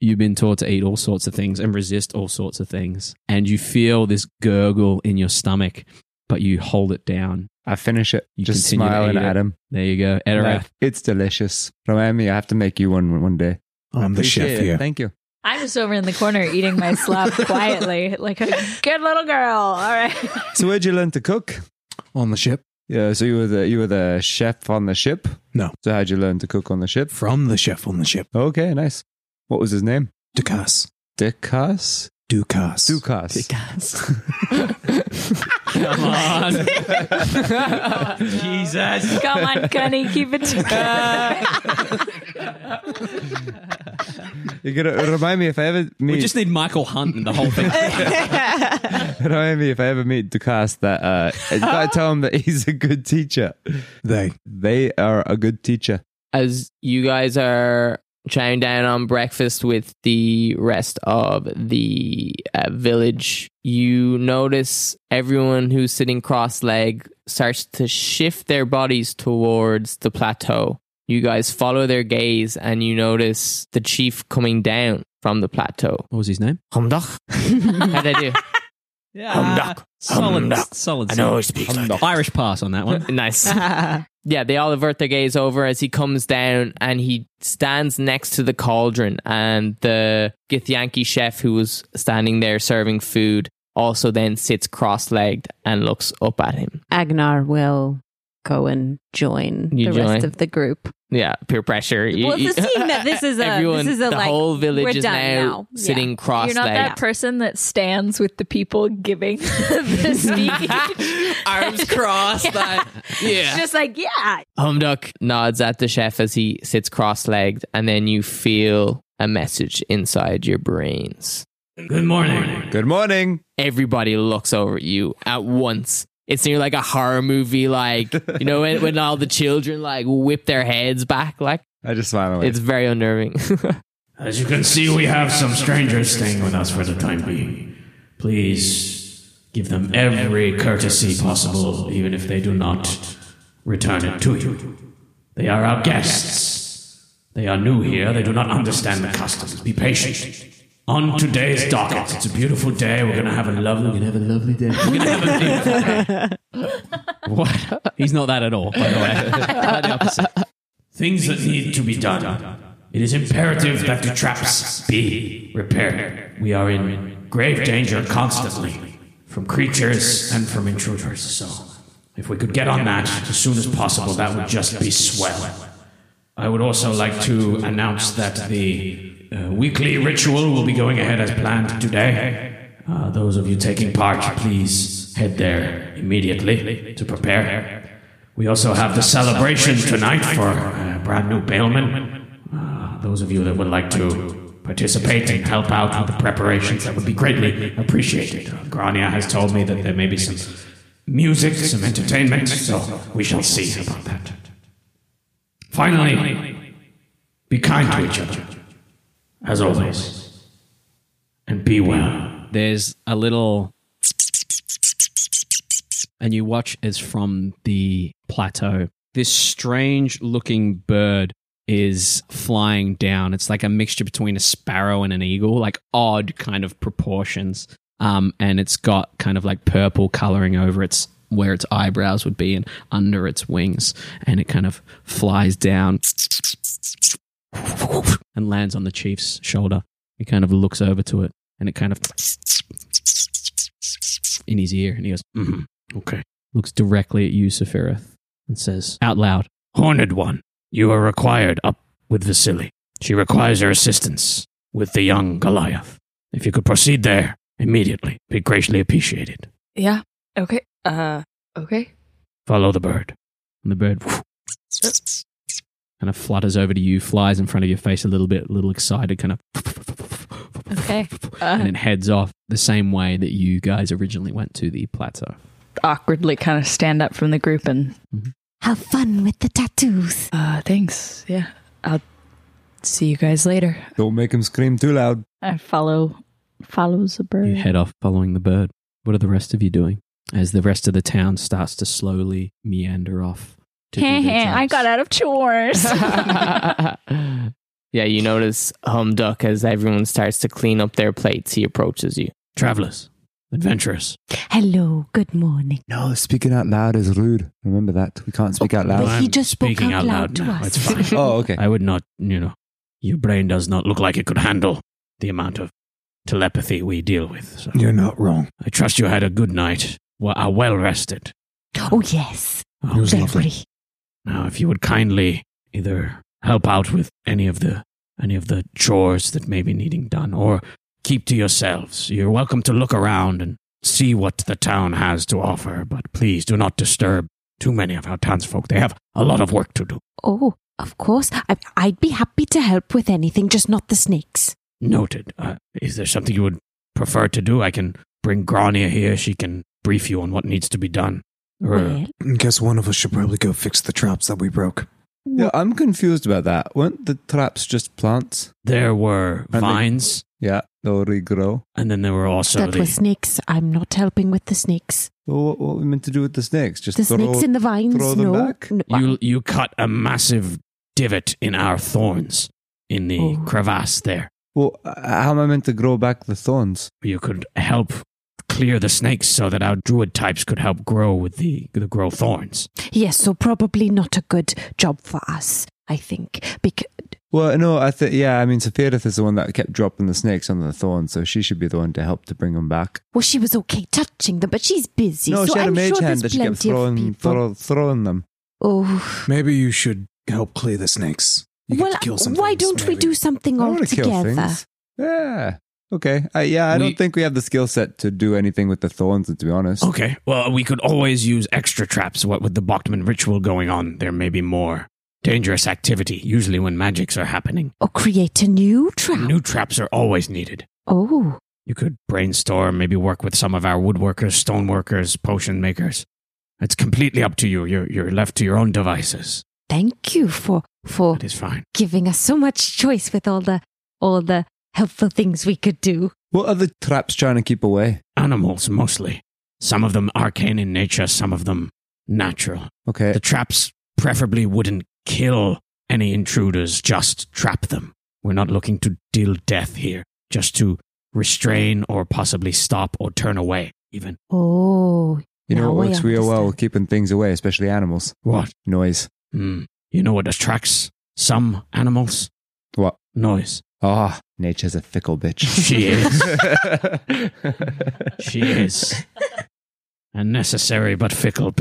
you've been taught to eat all sorts of things and resist all sorts of things. And you feel this gurgle in your stomach, but you hold it down.
I finish it.
You
just
continue to
smiling
eat
at
it.
him.
There you go. Edorath.
Like, it's delicious. Remind me, I have to make you one one day.
I'm the chef
Appreciate it.
here.
Thank you.
I'm just over in the corner eating my slop
<laughs>
quietly, like a good little girl. All right.
So where'd you learn to cook?
On the ship.
Yeah, so you were the you were the chef on the ship?
No.
So how'd you learn to cook on the ship?
From the chef on the ship.
Okay, nice. What was his name?
Dukas.
Dukas?
Dukas.
Dukas.
Dukas.
<laughs>
Come on. <laughs>
Jesus.
Come on, Cunny, keep it together.
You're gonna remind me if I ever meet
We just need Michael Hunt and the whole thing.
remind me if I ever meet Dukas that uh you gotta tell him that he's a good teacher.
They.
They are a good teacher.
As you guys are chowing down on breakfast with the rest of the uh, village, you notice everyone who's sitting cross legged starts to shift their bodies towards the plateau. You guys follow their gaze and you notice the chief coming down from the plateau.
What was his name?
Humdach? How'd
<laughs>
I do?
Solid,
Humdach.
solid.
I know
solid.
he speaks like
Irish pass on that one.
nice. yeah, they all avert their gaze over as he comes down and he stands next to the cauldron. And the Githyanki chef who was standing there serving food also then sits cross legged and looks up at him.
Agnar will go and join
You
the
join?
rest of the group.
Yeah, peer
<laughs>
pressure. You-
Well,
you-
it's a scene that this is a-
Everyone,
this is a,
the
like,
whole village
we're
is
done
now,
now. Yeah.
sitting cross
You're not that
legged.
person that stands with the people giving <laughs> the
<laughs>
speech.
Arms
<laughs>
crossed. Like, yeah.
Just like, yeah.
Humduck nods at the chef as he sits cross legged, and then you feel a message inside your brains.
Good morning.
Good morning.
Everybody looks over at you at once. It's near like a horror movie, like you know when, when all the children like whip their heads back. Like
I just smile.
It's very unnerving. <laughs>
As you can see, we have some strangers staying with us for the time being. Please give them every courtesy possible, even if they do not return it to you. They are our guests. They are new here. They do not understand the customs. Be patient. On today's docket, it's a beautiful day. We're gonna have a lovely. We're gonna have a lovely day. We're gonna have a beautiful day.
<laughs> What? He's not that at all, by the way. Quite the opposite.
Things that need to be done. It is imperative that the traps be repaired. We are in grave danger constantly from creatures and from intruders. So, if we could get on that as soon as possible, that would just be swell. I would also like to announce that the uh, weekly ritual will be going ahead as planned today. Uh, those of you taking part, please head there immediately to prepare. We also have the celebration tonight for uh, brand new bailmen. Uh, those of you that would like to participate and help out with the preparations, that would be greatly appreciated. Grania has told me that there may be some music, some entertainment, so we shall see about that. Finally, be kind to each other, as always, and be well.
There's a little. And you watch as from the plateau, this strange looking bird is flying down. It's like a mixture between a sparrow and an eagle, like odd kind of proportions. Um, and it's got kind of like purple coloring over its where its eyebrows would be and under its wings. And it kind of flies down and lands on the chief's shoulder. He kind of looks over to it and it kind of in his ear and he goes, mm Okay. Looks directly at you, Sephiroth, and says out loud,
Horned One, you are required up with Vasili. She requires your assistance with the young Goliath. If you could proceed there immediately, be greatly appreciated.
Yeah. Okay. Uh.
<laughs>
Okay.
Follow the bird.
And the bird kind of flutters over to you, flies in front of your face a little bit, a little excited, kind of,
Okay.
and
Uh-huh.
Uh,
it heads off the same way that you guys originally went to the plateau.
awkwardly kind of stand up from the group and
Mm-hmm.
have fun with the tattoos.
Uh, thanks. Yeah. I'll see you guys later.
Don't make him scream too loud.
I follow follows the bird.
You head off following the bird. What are the rest of you doing as the rest of the town starts to slowly meander off? To do
Heh
their
heh, I got out of chores. <laughs>
<laughs>
yeah, you notice Humduck as everyone starts to clean up their plates. He approaches you.
Travelers, adventurous.
Hello, good morning.
No, speaking out loud is rude. Remember that. We can't speak out
Well,
loud.
I'm speaking out loud, now. It's fine.
<laughs> oh, okay.
I would not, you know, your brain does not look like it could handle the amount of telepathy we deal with. So.
You're not wrong.
I trust you had a good night. Well, are well rested.
Oh, yes.
It was lovely. Now, if you would kindly either help out with any of the any of the chores that may be needing done, or keep to yourselves. You're welcome to look around and see what the town has to offer, but please do not disturb too many of our townsfolk. They have a lot of work to do.
Oh, of course. I, I'd be happy to help with anything, just not the snakes.
Noted. Uh, is there something you would prefer to do? I can bring Grania here. She can brief you on what needs to be done. Or-
I guess one of us should probably go fix the traps that we broke.
Yeah, I'm confused about that. Weren't the traps just plants?
There were
And they-
vines.
yeah, they'll regrow.
And then there were also
that was snakes. I'm not helping with the snakes.
Well, what, what are we meant to do with the snakes? Just
The
throw-
snakes in the vines?
Throw them
No.
back?
no.
You you cut a massive divot in our thorns in the
Oh.
crevasse there.
Well, uh, how am I meant to grow back the thorns?
You could help clear the snakes so that our druid types could help grow with the, the grow thorns.
Yes, so probably not a good job for us, I think. Because
Well, no, I think yeah. I mean, Sephiroth is the one that kept dropping the snakes on the thorns, so she should be the one to help to bring them back.
well, she was okay touching them, but she's busy.
no,
so
she had
I'm
a mage
sure
hand that
there's
she kept
plenty of
throwing,
people.
throw, throwing them.
Oh,
Maybe you should help clear the snakes. You get
well,
to kill some
why
things,
don't we
maybe.
do something all
wanna kill
together?
things. Yeah. Okay. I, yeah, I don't think we have the skill set to do anything with the thorns, to be honest.
Okay. Well, we could always use extra traps. What with the Bachman ritual going on, there may be more dangerous activity, usually when magics are happening.
Or create a new trap?
New traps are always needed.
Oh,
You could brainstorm, maybe work with some of our woodworkers, stoneworkers, potion makers. It's completely up to you. You're, you're left to your own devices.
Thank you for for giving us so much choice with all the all the helpful things we could do.
What are the traps trying to keep away?
Animals, mostly. Some of them arcane in nature, some of them natural.
Okay.
The traps preferably wouldn't kill any intruders, just trap them. We're not looking to deal death here, just to restrain or possibly stop or turn away, even.
Oh,
You know
now
what
I
works real well with keeping things away, especially animals?
What?
Noise.
Hmm. You know what attracts some animals?
What?
Noise.
Ah, nature's a fickle bitch.
She
<laughs>
is. she is. A necessary but fickle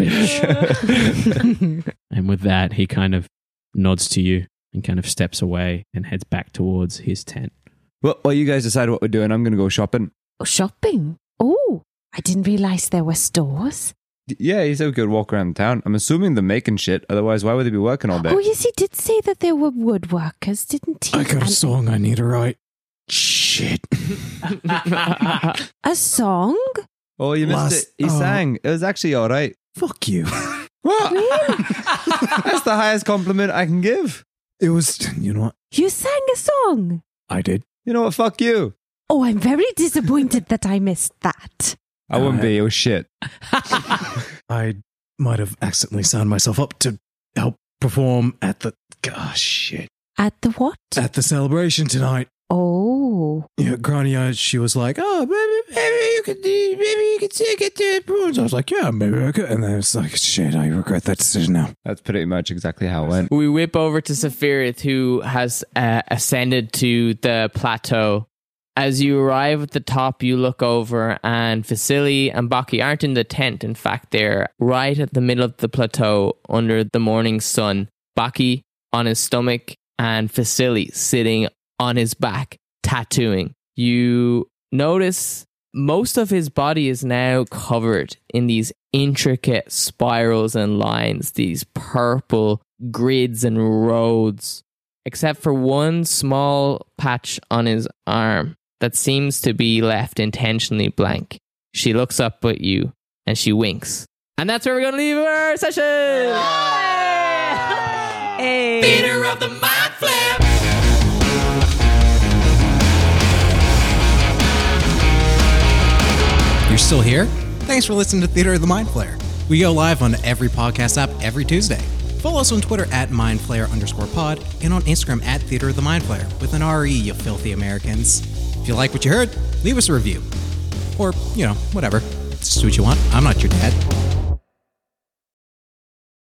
bitch.
And with that, he kind of nods to you and kind of steps away and heads back towards his tent.
Well, well, you guys decide what we're doing. I'm going to go shopping.
Oh, shopping. Oh, I didn't realize there were stores.
D- Yeah, he said we could walk around town. I'm assuming they're making shit. Otherwise, why would they be working all day?
Oh, yes, he did say that there were woodworkers, didn't he?
I got a song I need to write.
Shit.
<laughs> A song?
Oh, you missed
Last-
it. He
oh.
sang. It was actually all right. <laughs>
Fuck you.
What? That's the highest compliment I can give.
It was, you know what?
You sang a song.
I did.
You know what? Fuck you.
Oh, I'm very disappointed that I missed that.
I wouldn't be. It was shit.
<laughs> I might have accidentally signed myself up to help perform at the. Gosh, shit.
At the what?
At the celebration tonight.
Oh.
Yeah, Grania, she was like, oh, maybe, maybe you could do, maybe you could take it to Bruins. I was like, yeah, maybe I could. And then it's like, shit, I regret that decision now.
That's pretty much exactly how it went.
We whip over to Sephiroth, who has uh, ascended to the plateau. As you arrive at the top, you look over, and Vasily and Baki aren't in the tent. In fact, they're right at the middle of the plateau under the morning sun. Baki on his stomach, and Vasily sitting on his back, tattooing. You notice most of his body is now covered in these intricate spirals and lines, these purple grids and roads, except for one small patch on his arm that seems to be left intentionally blank. She looks up at you and she winks. And that's where we're going to leave our session. Theater of the Mind Flip.
You're still here? Thanks for listening to Theater of the Mind Flare. We go live on every podcast app every Tuesday. Follow us on Twitter at mindflayer underscore pod and on Instagram at Theater of the Mind Flare with an RE, you filthy Americans. If you like what you heard, leave us a review. Or, you know, whatever. Just do what you want. I'm not your dad.